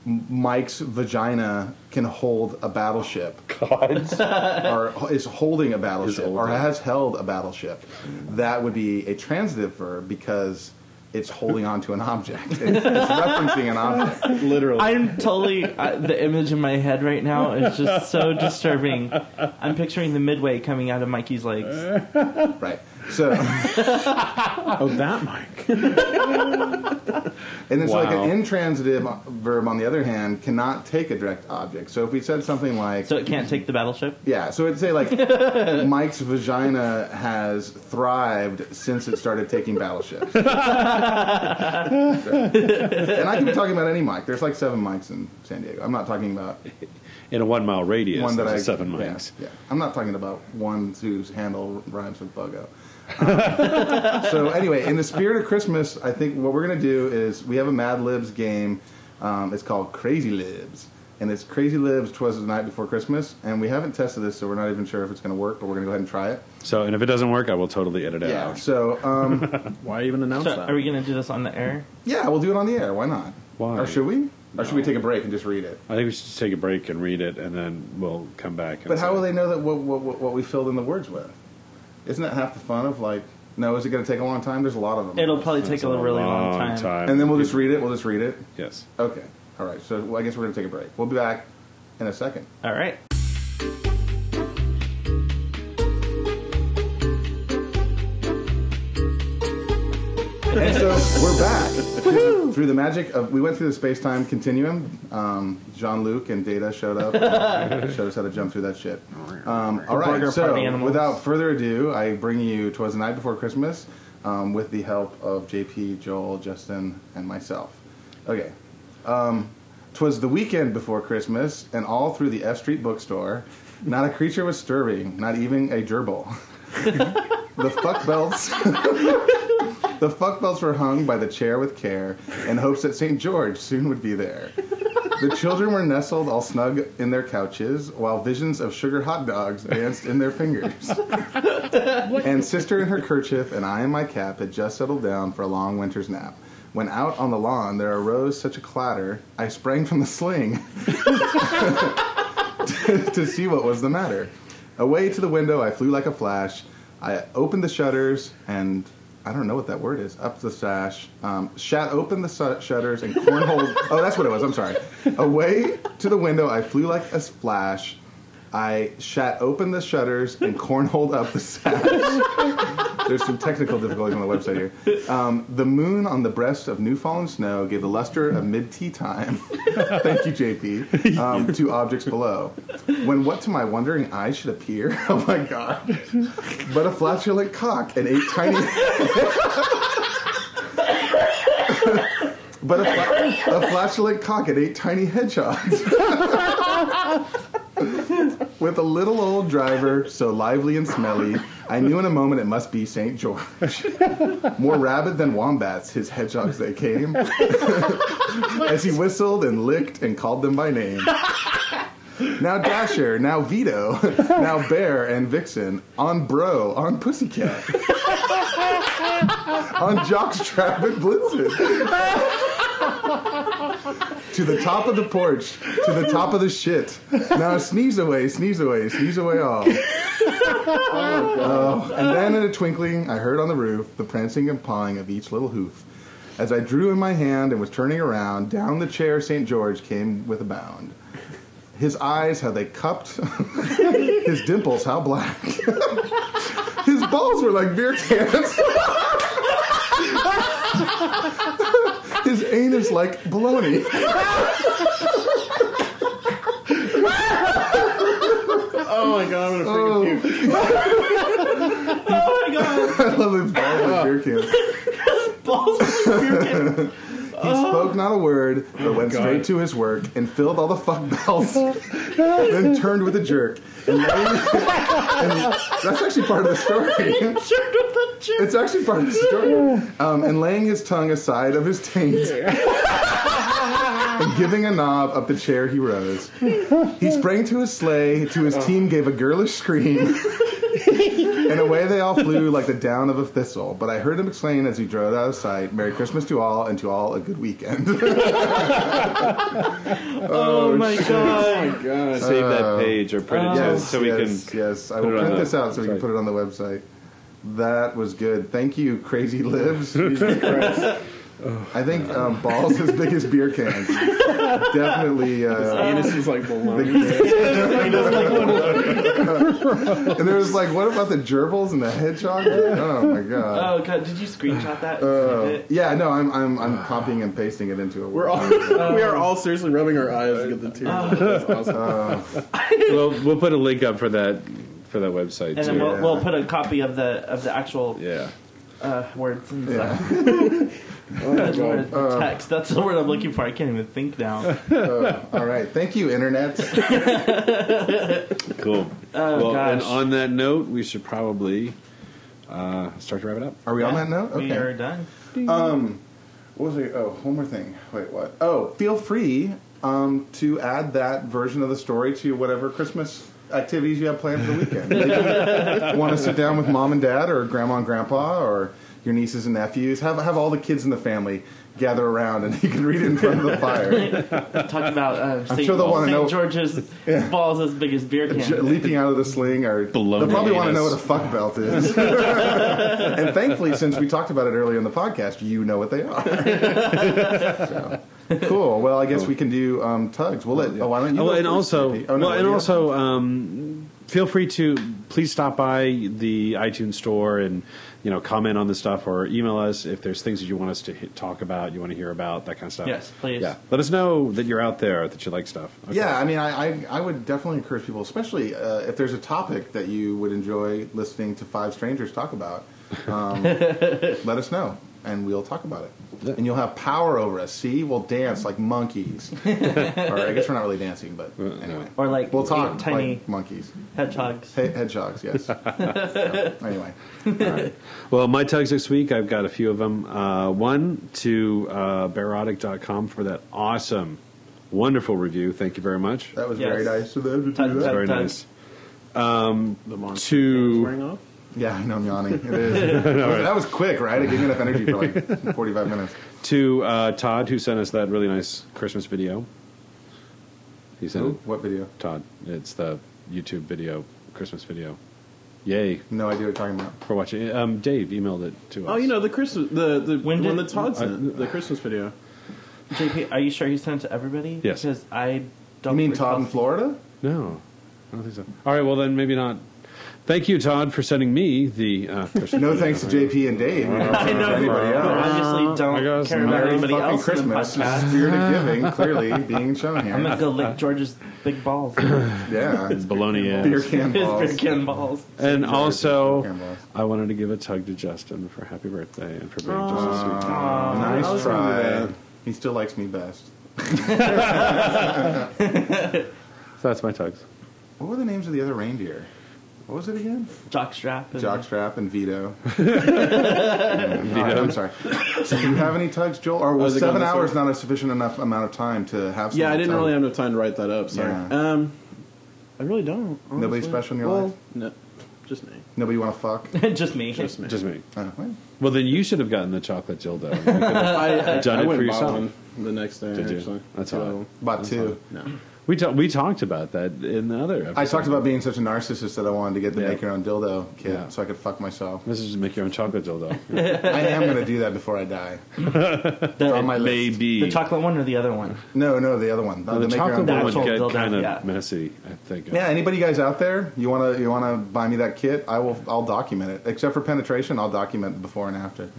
D: M- Mike's vagina can hold a battleship, or is holding a battleship, or
B: holding.
D: has held a battleship, that would be a transitive verb because it's holding on to an object. It's, it's referencing an object.
E: Literally,
C: I'm totally uh, the image in my head right now is just so disturbing. I'm picturing the midway coming out of Mikey's legs.
D: Right. So.
E: oh that Mike.
D: And then, so like
B: Wow.
D: an intransitive verb, on the other hand, cannot take a direct object. So if we said something like,
C: So it can't take the battleship.
D: yeah, so it'd say like, Mike's vagina has thrived since it started taking battleships. So- and I could be talking about any Mike. There's like seven Mikes in San Diego. I'm not talking about
B: in a one mile radius.
D: one that I
B: there's seven
D: yeah,
B: miles.
D: Yeah, I'm not talking about ones whose handle rhymes with buggo. Um, so anyway, in the spirit of Christmas, I think what we're gonna do is we have a Mad Libs game. Um, it's called Crazy Libs, and it's Crazy Libs. Twas the night before Christmas, and we haven't tested this, so we're not even sure if it's gonna work. But we're gonna go ahead and try it.
B: So, and if it doesn't work, I will totally edit it out.
D: So um,
E: Why even announce
C: So
E: that?
C: are we gonna do this on the air?
D: yeah, we'll do it on the air. Why not?
B: Why?
D: Or should we? Or should we take a break and just read it?
B: I think we should just take a break and read it, and then we'll come back. And
D: But how
B: say-
D: will they know that what, what, what- what we filled in the words with? Isn't that half the fun of like? No, is it going to take a long time? There's a lot of them.
C: It'll probably take
B: It's
C: a really long time.
D: and then we'll just read it. We'll just read it.
B: yes.
D: Okay. All right. So well, I guess we're going to take a break. We'll be back in a second.
C: All right.
D: And so we're back through, through the magic of. We went through the space time continuum. Um, Jean Luc and Data showed up, and showed us how to jump through that shit. Um, all right.
C: Burger party
D: So
C: animals.
D: without further ado, I bring you "Twas the Night Before Christmas" um, with the help of JP, Joel, Justin, and myself. Okay. um, Twas the weekend before Christmas, and all through the F Street bookstore, not a creature was stirring, not even a gerbil. the fuck belts. the fuck belts were hung by the chair with care, in hopes that St. George soon would be there. The children were nestled all snug in their couches, while visions of sugar hot dogs danced in their fingers. and sister in her kerchief and I in my cap had just settled down for a long winter's nap. When out on the lawn there arose such a clatter, I sprang from the sling to see what was the matter. Away to the window I flew like a flash. I opened the shutters and I don't know what that word is. Up the sash, um, shat open the su- shutters and cornhole. oh, that's what it was. I'm sorry. Away to the window I flew like a flash. I shat open the shutters and cornholed up the sash. There's some technical difficulties on the website here. Um, the moon on the breast of new fallen snow gave the luster of mid tea time. Thank you, JP. Um, to objects below. When what to my wondering eyes should appear? Oh my god. But a flatulent cock and eight tiny. but a, fla- a flatulent cock and eight tiny hedgehogs with a little old driver so lively and smelly, I knew in a moment it must be St. George. More rabid than wombats, his hedgehogs they came, as he whistled and licked and called them by name. Now Dasher, now Vito, now Bear and Vixen, on Bro, on Pussycat, on Jockstrap and Blitzen. to the top of the porch, to the top of the shit. Now sneeze away, sneeze away, sneeze away all. Oh, and then in a twinkling, I heard on the roof the prancing and pawing of each little hoof. As I drew in my hand and was turning around, down the chair St. George came with a bound. His eyes, how they cupped. His dimples, how black. His balls were like beer cans. His anus like baloney.
E: Oh my god, I'm gonna freaking puke.
C: Oh my god,
D: I love his balls like beer cans.
C: balls were beer cans.
D: Oh.
C: Oh
D: He spoke not a word, but went straight to his work and filled all the fuck bells. then turned with a jerk. And, lay- and that's actually part of the story.
C: Jerk with a jerk.
D: It's actually part of the story. Um, and laying his tongue aside of his taint. And giving a knob up the chair he rose. He sprang to his sleigh, to
C: Oh.
D: his team gave a girlish scream. and away they all flew like the down of a thistle. But I heard him exclaim as he drove out of sight, Merry Christmas to all, and to all a good weekend.
C: Oh my god.
E: Oh my god.
B: Save that page or print it so-
D: yes,
B: so we
D: yes,
B: can.
D: Yes, I
B: put
D: will
B: it on
D: print
B: the
D: this out so we can
B: site.
D: put it on the website. That was good. Thank you, Crazy Lives. Jesus Christ. I think um, balls as big as beer cans. Definitely. Uh,
E: Anus is like baloney.
D: and there's like, what about the gerbils and the hedgehog? Oh my god.
C: Oh god, did you screenshot that?
D: Uh, yeah, no, I'm, I'm I'm copying and pasting it into a
E: We're all we are all seriously rubbing our eyes to get the tears. out. That's awesome.
B: We'll, we'll put a link up for that for that website
C: and
B: too.
C: then we'll,
D: yeah.
C: we'll put a copy of the of the actual
B: yeah.
C: uh, words and
D: Yeah. Oh
C: stuff. The word-
D: Uh,
C: the text. That's the word I'm looking for. I can't even think now.
D: all right. Thank you, internet.
B: Cool.
C: Oh
B: well, and
C: gosh.
B: on that note, we should probably uh, start to wrap it up.
D: Are we on that note?
C: We are done.
D: What was I? Oh, one more thing. Wait, what? Oh, feel free um, to add that version of the story to whatever Christmas activities you have planned for the weekend. If you Want to sit down with mom and dad, or grandma and grandpa, or your nieces and nephews? Have have all the kids in the family gather around, and you can read it in front of the fire,
C: Talk about uh, St.
D: sure they'll wanna
C: St.
D: know-
C: George's balls as big as beer
D: J-
C: cans.
D: leaping out of the sling. Or
B: Baloney
D: they'll probably want to
B: anus.
D: know what a fuck belt is. and thankfully, since we talked about it earlier in the podcast, you know what they are. so, cool. Well, I guess we can do um, tugs. We'll let. Oh, why don't you?
B: Oh,
D: go
B: and
D: first,
B: also,
D: JP? Oh, no,
B: well, and
D: you-
B: also, um, feel free to please stop by the iTunes store and you know comment on the stuff or email us if there's things that you want us to hit, talk about, you want to hear about that kind of stuff.
C: Yes, please.
B: Yeah, let us know that you're out there that you like stuff. Okay.
D: Yeah, I mean, I, I, I would definitely encourage people, especially uh, if there's a topic that you would enjoy listening to five strangers talk about, um, let us know and we'll talk about it.
B: Yeah.
D: And you'll have power over us. See, we'll dance like monkeys. or I guess we're not really dancing, but anyway.
C: Or like
D: We'll talk
C: tiny
D: like monkeys.
C: hedgehogs.
D: He- hedgehogs, yes. So, anyway.
B: Well, my tugs this week, I've got a few of them. Uh, one to uh, barotic.com for that awesome, wonderful review. Thank you very much.
D: That was
C: Yes.
D: very nice of them to
C: Tug,
D: do that.
C: tug,
B: Very
C: tug.
B: nice.
E: The monster
B: Two-
E: is wearing off.
D: Yeah, I know I'm yawning. It is. That was quick, right? It gave me enough energy for like 45 minutes.
B: To uh, Todd, who sent us that really nice Christmas video. He sent
D: Who?
B: it.
D: What video?
B: Todd. It's the YouTube video, Christmas video. Yay
D: No idea what you're talking about.
B: for watching. it. Um, Dave emailed it to us.
E: Oh, you know the Christmas the the
C: When
E: when,
C: did-
E: the Todd sent the Christmas video.
C: JP, are you sure he sent it to everybody?
B: Yes.
C: Because I
D: You
C: don't.
D: mean
C: recall-
D: Todd in Florida?
B: No, I don't think so. All right, well then maybe not. Thank you, Todd, for sending me the uh, Christmas.
D: No
B: video.
D: thanks to JP and Dave.
C: I know.
D: Anybody
C: I
D: else?
C: obviously
B: Uh, I
C: don't
B: guess
C: care about
B: Merry
C: anybody
D: fucking
C: else
D: Christmas.
C: in the podcast.
D: Spirit of giving clearly being shown
C: I'm gonna
D: here.
C: go lick George's big balls.
D: Yeah.
B: Baloney ass.
D: Beer can
C: His
D: balls.
C: beer can balls.
B: And
D: Beer can
B: also,
D: balls.
B: I wanted to give a tug to Justin for happy birthday and for being just as sweet.
D: Oh,
E: I
D: nice
E: was gonna do
D: try.
E: that.
D: He still likes me best.
B: So that's my tugs.
D: What were the names of the other reindeer? What was it again?
C: Jockstrap. And
D: Jockstrap and Vito. All right, I'm sorry. So do you have any tugs, Joel? Or was
E: is it going
D: seven
E: this
D: hours
E: way?
D: not a sufficient enough amount of time to have?
E: Yeah, I
D: something
E: didn't
D: to
E: really
D: tug?
E: have enough time to write that up. Sorry.
D: Yeah.
E: Um, I really don't. Honestly.
D: Nobody special in your
E: well,
D: life?
E: No, just me.
D: Nobody want to fuck?
C: Just me.
E: Just me.
B: Just me.
D: Uh, wait.
B: Well, then you should have gotten the chocolate dildo. You could have
E: I, I,
B: Done
E: I
B: it
E: went
B: for
E: and bought
B: yourself.
E: one the next day.
B: Did you?
E: actually.
B: That's
E: Two
B: all
E: of
B: right.
E: them.
D: About two.
E: No.
B: We talked. We talked about that in the other. Episode.
D: I talked about being such a narcissist that I wanted to get the
B: Yeah.
D: make your own dildo kit
B: Yeah.
D: so I could fuck myself.
B: This is just make your own chocolate dildo.
D: I am going to do that before I die.
C: The,
D: On my list.
B: Maybe
C: the chocolate one or the other one?
D: No, no, the other one.
B: Now, the
D: Make Your Own
B: chocolate
D: Dildo
B: one
C: dildo.
B: would
C: Actual
B: get
C: dildo,
B: kind of
C: yeah.
B: messy. I think.
D: Yeah, anybody guys out there, you wanna you wanna buy me that kit? I will. I'll document it. Except for penetration, I'll document the before and after.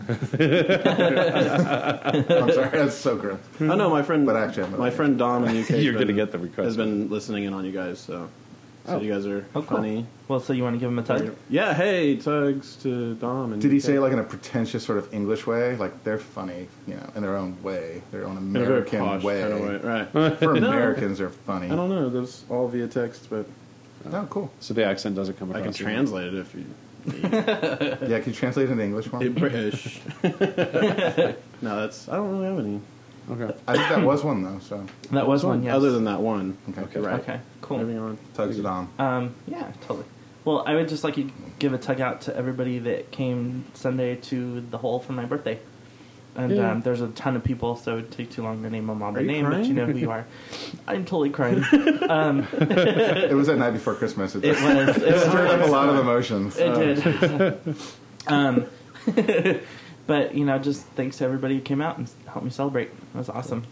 D: I'm sorry, that's so gross.
E: I know my friend.
D: But actually, I'm
E: my
D: okay.
E: friend Dom in the UK. has
B: You're gonna
E: been-
B: get the request.
E: Has been listening in on you guys, so so
B: Oh.
E: you guys are
C: Oh, cool.
E: funny.
C: Well, so you want to give him a tug?
E: Yeah, hey, tugs to Dom. And
D: Did he say it like in a pretentious sort of English way? Like they're funny, you know, in their own way, their own
E: in a very
D: American
E: posh
D: way.
E: kind of way? Right.
D: For
E: No.
D: Americans, they're funny.
E: I don't know. That was all via text, but
D: Oh, cool.
B: So the accent doesn't come
E: I
B: across.
E: can
B: either.
E: translate it if you.
D: Yeah, can you translate it into English for
E: Hey,
D: me?
E: British. no, that's. I don't really have any.
B: Okay.
D: I think that was one though. So
C: That was one, yes.
E: Other than that one.
D: okay,
B: Okay.
E: Right.
C: Okay, cool.
E: Moving on.
D: tugs it on.
C: Um, yeah, totally. Well, I would just like to give a tug out to everybody that came Sunday to the hole for my birthday. And
B: Yeah.
C: um, there's a ton of people, so it would take too long to name them all by
E: Mm. you
C: name, but
E: crying?
C: you know who you are. I'm totally crying.
D: It was that night before Christmas. It,
C: It was. It was
D: stirred up a lot of emotions.
C: It did. um, but you know, just thanks to everybody who came out and helped me celebrate. That was awesome.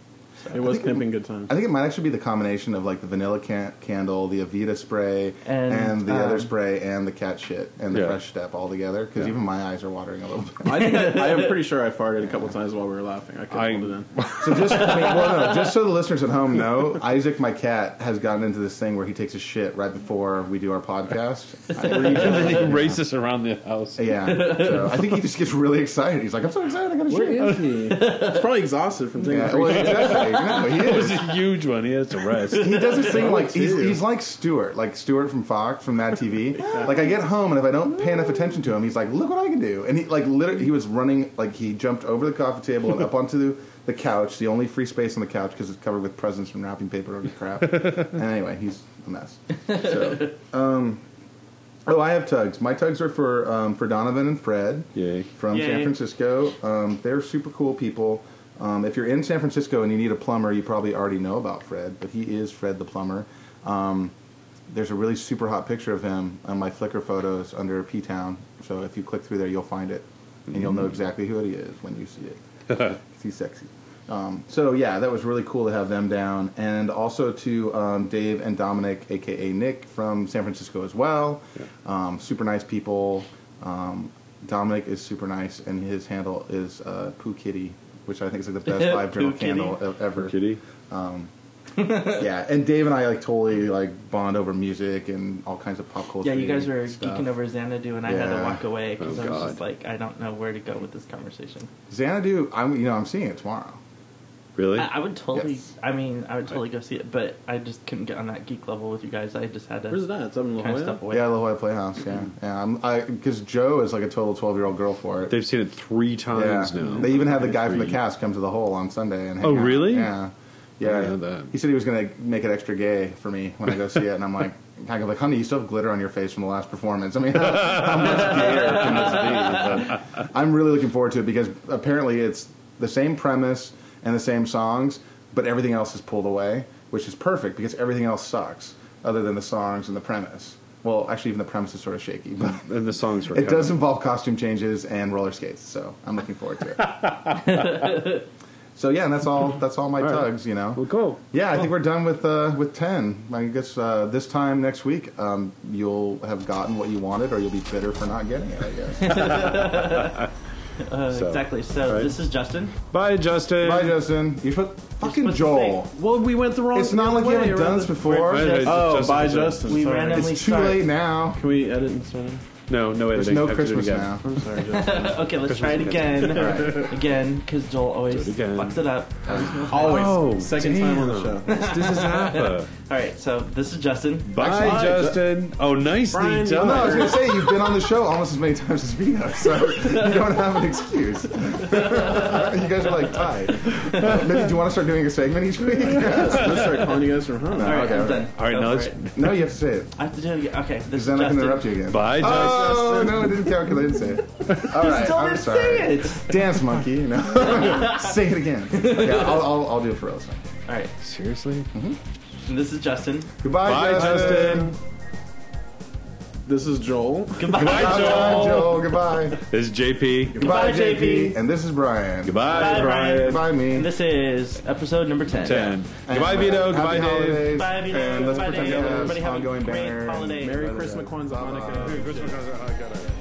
E: It was
D: think it-
E: pimping good times.
D: I think it might actually be the combination of like the vanilla can- candle, the Avita spray, and,
C: And,
D: the other
C: um,
D: spray, and the cat shit, and the
B: Yeah.
D: fresh step all together. Because even my eyes are watering a little bit.
E: I, think I, I am pretty sure I farted a couple times while we were laughing. I
B: I-
E: couldn't hold it in.
D: So just, I mean, well, no, just so the listeners at home know, Isaac, my cat, has gotten into this thing where he takes a shit right before we do our podcast.
B: and then he races around the house.
D: yeah, so I think he just gets really excited. He's like, "I'm so excited! I got a
E: Where
D: shit."
E: is he? He's probably exhausted from taking
D: Yeah,
E: yeah,
D: well, exactly. No, he
B: It
D: is.
B: was a huge one. He has to rest.
D: he does this thing like he's,
E: too.
D: he's like Stewart, like Stewart from Fox from Mad TV. Like I get home and if I don't pay enough attention to him, he's like, "Look what I can do!" And he like literally he was running like he jumped over the coffee table and up onto the, the couch, the only free space on the couch because it's covered with presents and wrapping paper and crap. and anyway, he's a mess. So, um, oh, I have tugs. My tugs are for um, for Donovan and Fred
B: Yay.
D: from
C: Yay.
D: San Francisco. Um, they're super cool people. Um, if you're in San Francisco and you need a plumber, you probably already know about Fred, but he is Fred the plumber. Um, there's a really super hot picture of him on my Flickr photos under P Town. So if you click through there, you'll find it, and you'll know exactly who it is when you see it. 'Cause he's sexy. Um, so yeah, that was really cool to have them down, and also to um, Dave and Dominic, aka Nick, from San Francisco as well. Um, super nice people. Um, Dominic is super nice, and his handle is uh, Poo Kitty, which I think is like the best live journal
C: Poo Kitty.
D: handle e- ever.
B: Kitty.
D: Yeah, and Dave and I like totally like bond over music and all kinds of pop culture.
C: Yeah, you guys were
D: stuff.
C: geeking over Xanadu, and I had
D: Yeah.
C: to walk away because
B: Oh,
C: I was
B: God.
C: just like, I don't know where to go with this conversation.
D: Xanadu. I'm you know I'm seeing it tomorrow.
B: Really?
C: I, I would totally.
D: Yes.
C: I mean, I would totally go see it, but I just couldn't get on that geek level with you guys. I just had to
E: Where's that? It's up in La
C: kind of
E: Jolla.
C: step away.
D: Yeah, La Jolla Playhouse. Yeah, yeah. I'm I because Joe is like a total twelve year old girl for it.
B: They've seen it three times now.
D: They even had the guy from the
B: Three.
D: cast come to the hole on Sunday and hang
B: Oh,
D: out.
B: really?
D: Yeah.
B: I
D: Yeah.
B: know that.
D: He said he was going to make it extra gay for me when I go see it, and I'm like, I go like, honey, you still have glitter on your face from the last performance. I mean, how, how much gayer can this be? But I'm really looking forward to it because apparently it's the same premise and the same songs, but everything else is pulled away, which is perfect because everything else sucks other than the songs and the premise. Well, actually, even the premise is sort of shaky, but
B: And the songs were.
D: it
B: coming.
D: does involve costume changes and roller skates, so I'm looking forward to it. so yeah, and that's all. That's all my
B: right.
D: tugs. You know.
B: Well, cool.
D: Yeah, I think we're done with uh, with ten. I guess uh, this time next week, um, you'll have gotten what you wanted, or you'll be bitter for not getting it. I guess.
C: Uh,
B: So,
C: exactly. So
B: right.
C: this is Justin.
B: Bye, Justin.
D: Bye, Justin. You put fucking
C: supposed to
D: Joel.
E: Well, we went the wrong.
D: It's not like you
E: way
D: haven't
E: around
D: done this
E: the-
D: before.
B: Wait, wait,
E: Oh,
B: Justin
E: bye,
B: was there.
E: Justin.
C: We
E: sorry.
C: randomly
D: It's too
C: started.
D: late now.
E: Can we edit and start? it?
B: No, no
D: There's
B: editing.
D: no
B: Have to do it
D: Christmas
B: again.
D: now.
E: I'm sorry, Justin.
C: Okay, let's try it again. Again, because Joel always
B: Do it again.
C: fucks it up.
E: Always.
B: Oh,
E: Second time on the show.
B: This is Zappa.
C: All right, so this is Justin.
B: Bye,
E: Actually,
B: Justin. Oh, nicely
E: Brian,
B: done.
D: No, I was gonna say you've been on the show almost as many times as we have, so you don't have an excuse. you guys are like tied. Uh, maybe do you want to start doing a segment each week?
E: Let's start calling you guys from home.
C: All right,
D: okay,
C: I'm
D: okay.
C: done.
B: All right,
C: Go
B: now
C: for
B: let's.
C: it.
D: No, you have to say it.
C: I have to do it again. Okay, this
D: Because
C: is
D: then I can
C: Justin.
D: interrupt you again.
B: Bye, Justin.
D: Oh no, I didn't calculate and say it. All right,
C: Still
D: I'm
C: didn't
D: sorry.
C: say it.
D: Dance monkey, you know. say it again. Yeah, I'll, I'll, I'll do it for real. so.
C: All right.
B: Seriously?
C: And this is Justin.
D: Goodbye,
B: Bye, Justin.
E: This is Joel.
C: Goodbye.
B: Goodbye, Joel.
D: Joel. Goodbye.
B: This is JP.
C: Goodbye, JP.
D: And this is Brian.
B: Goodbye,
C: Bye,
B: Brian.
C: Brian.
D: Goodbye, me.
C: And this is episode number 10.
B: 10.
D: And,
B: Goodbye,
D: uh,
B: Vito.
D: happy
B: Goodbye, Dave.
D: holidays.
C: Bye, Vito.
D: And let's
C: Goodbye,
D: pretend
C: Dave.
D: we have
C: Everybody have a
D: ongoing
C: great
D: banner. and
C: holiday.
E: Merry
D: blah, blah,
E: Christmas,
D: blah.
E: Kwanzaa, Hanukkah.
D: Bye.
B: Christmas.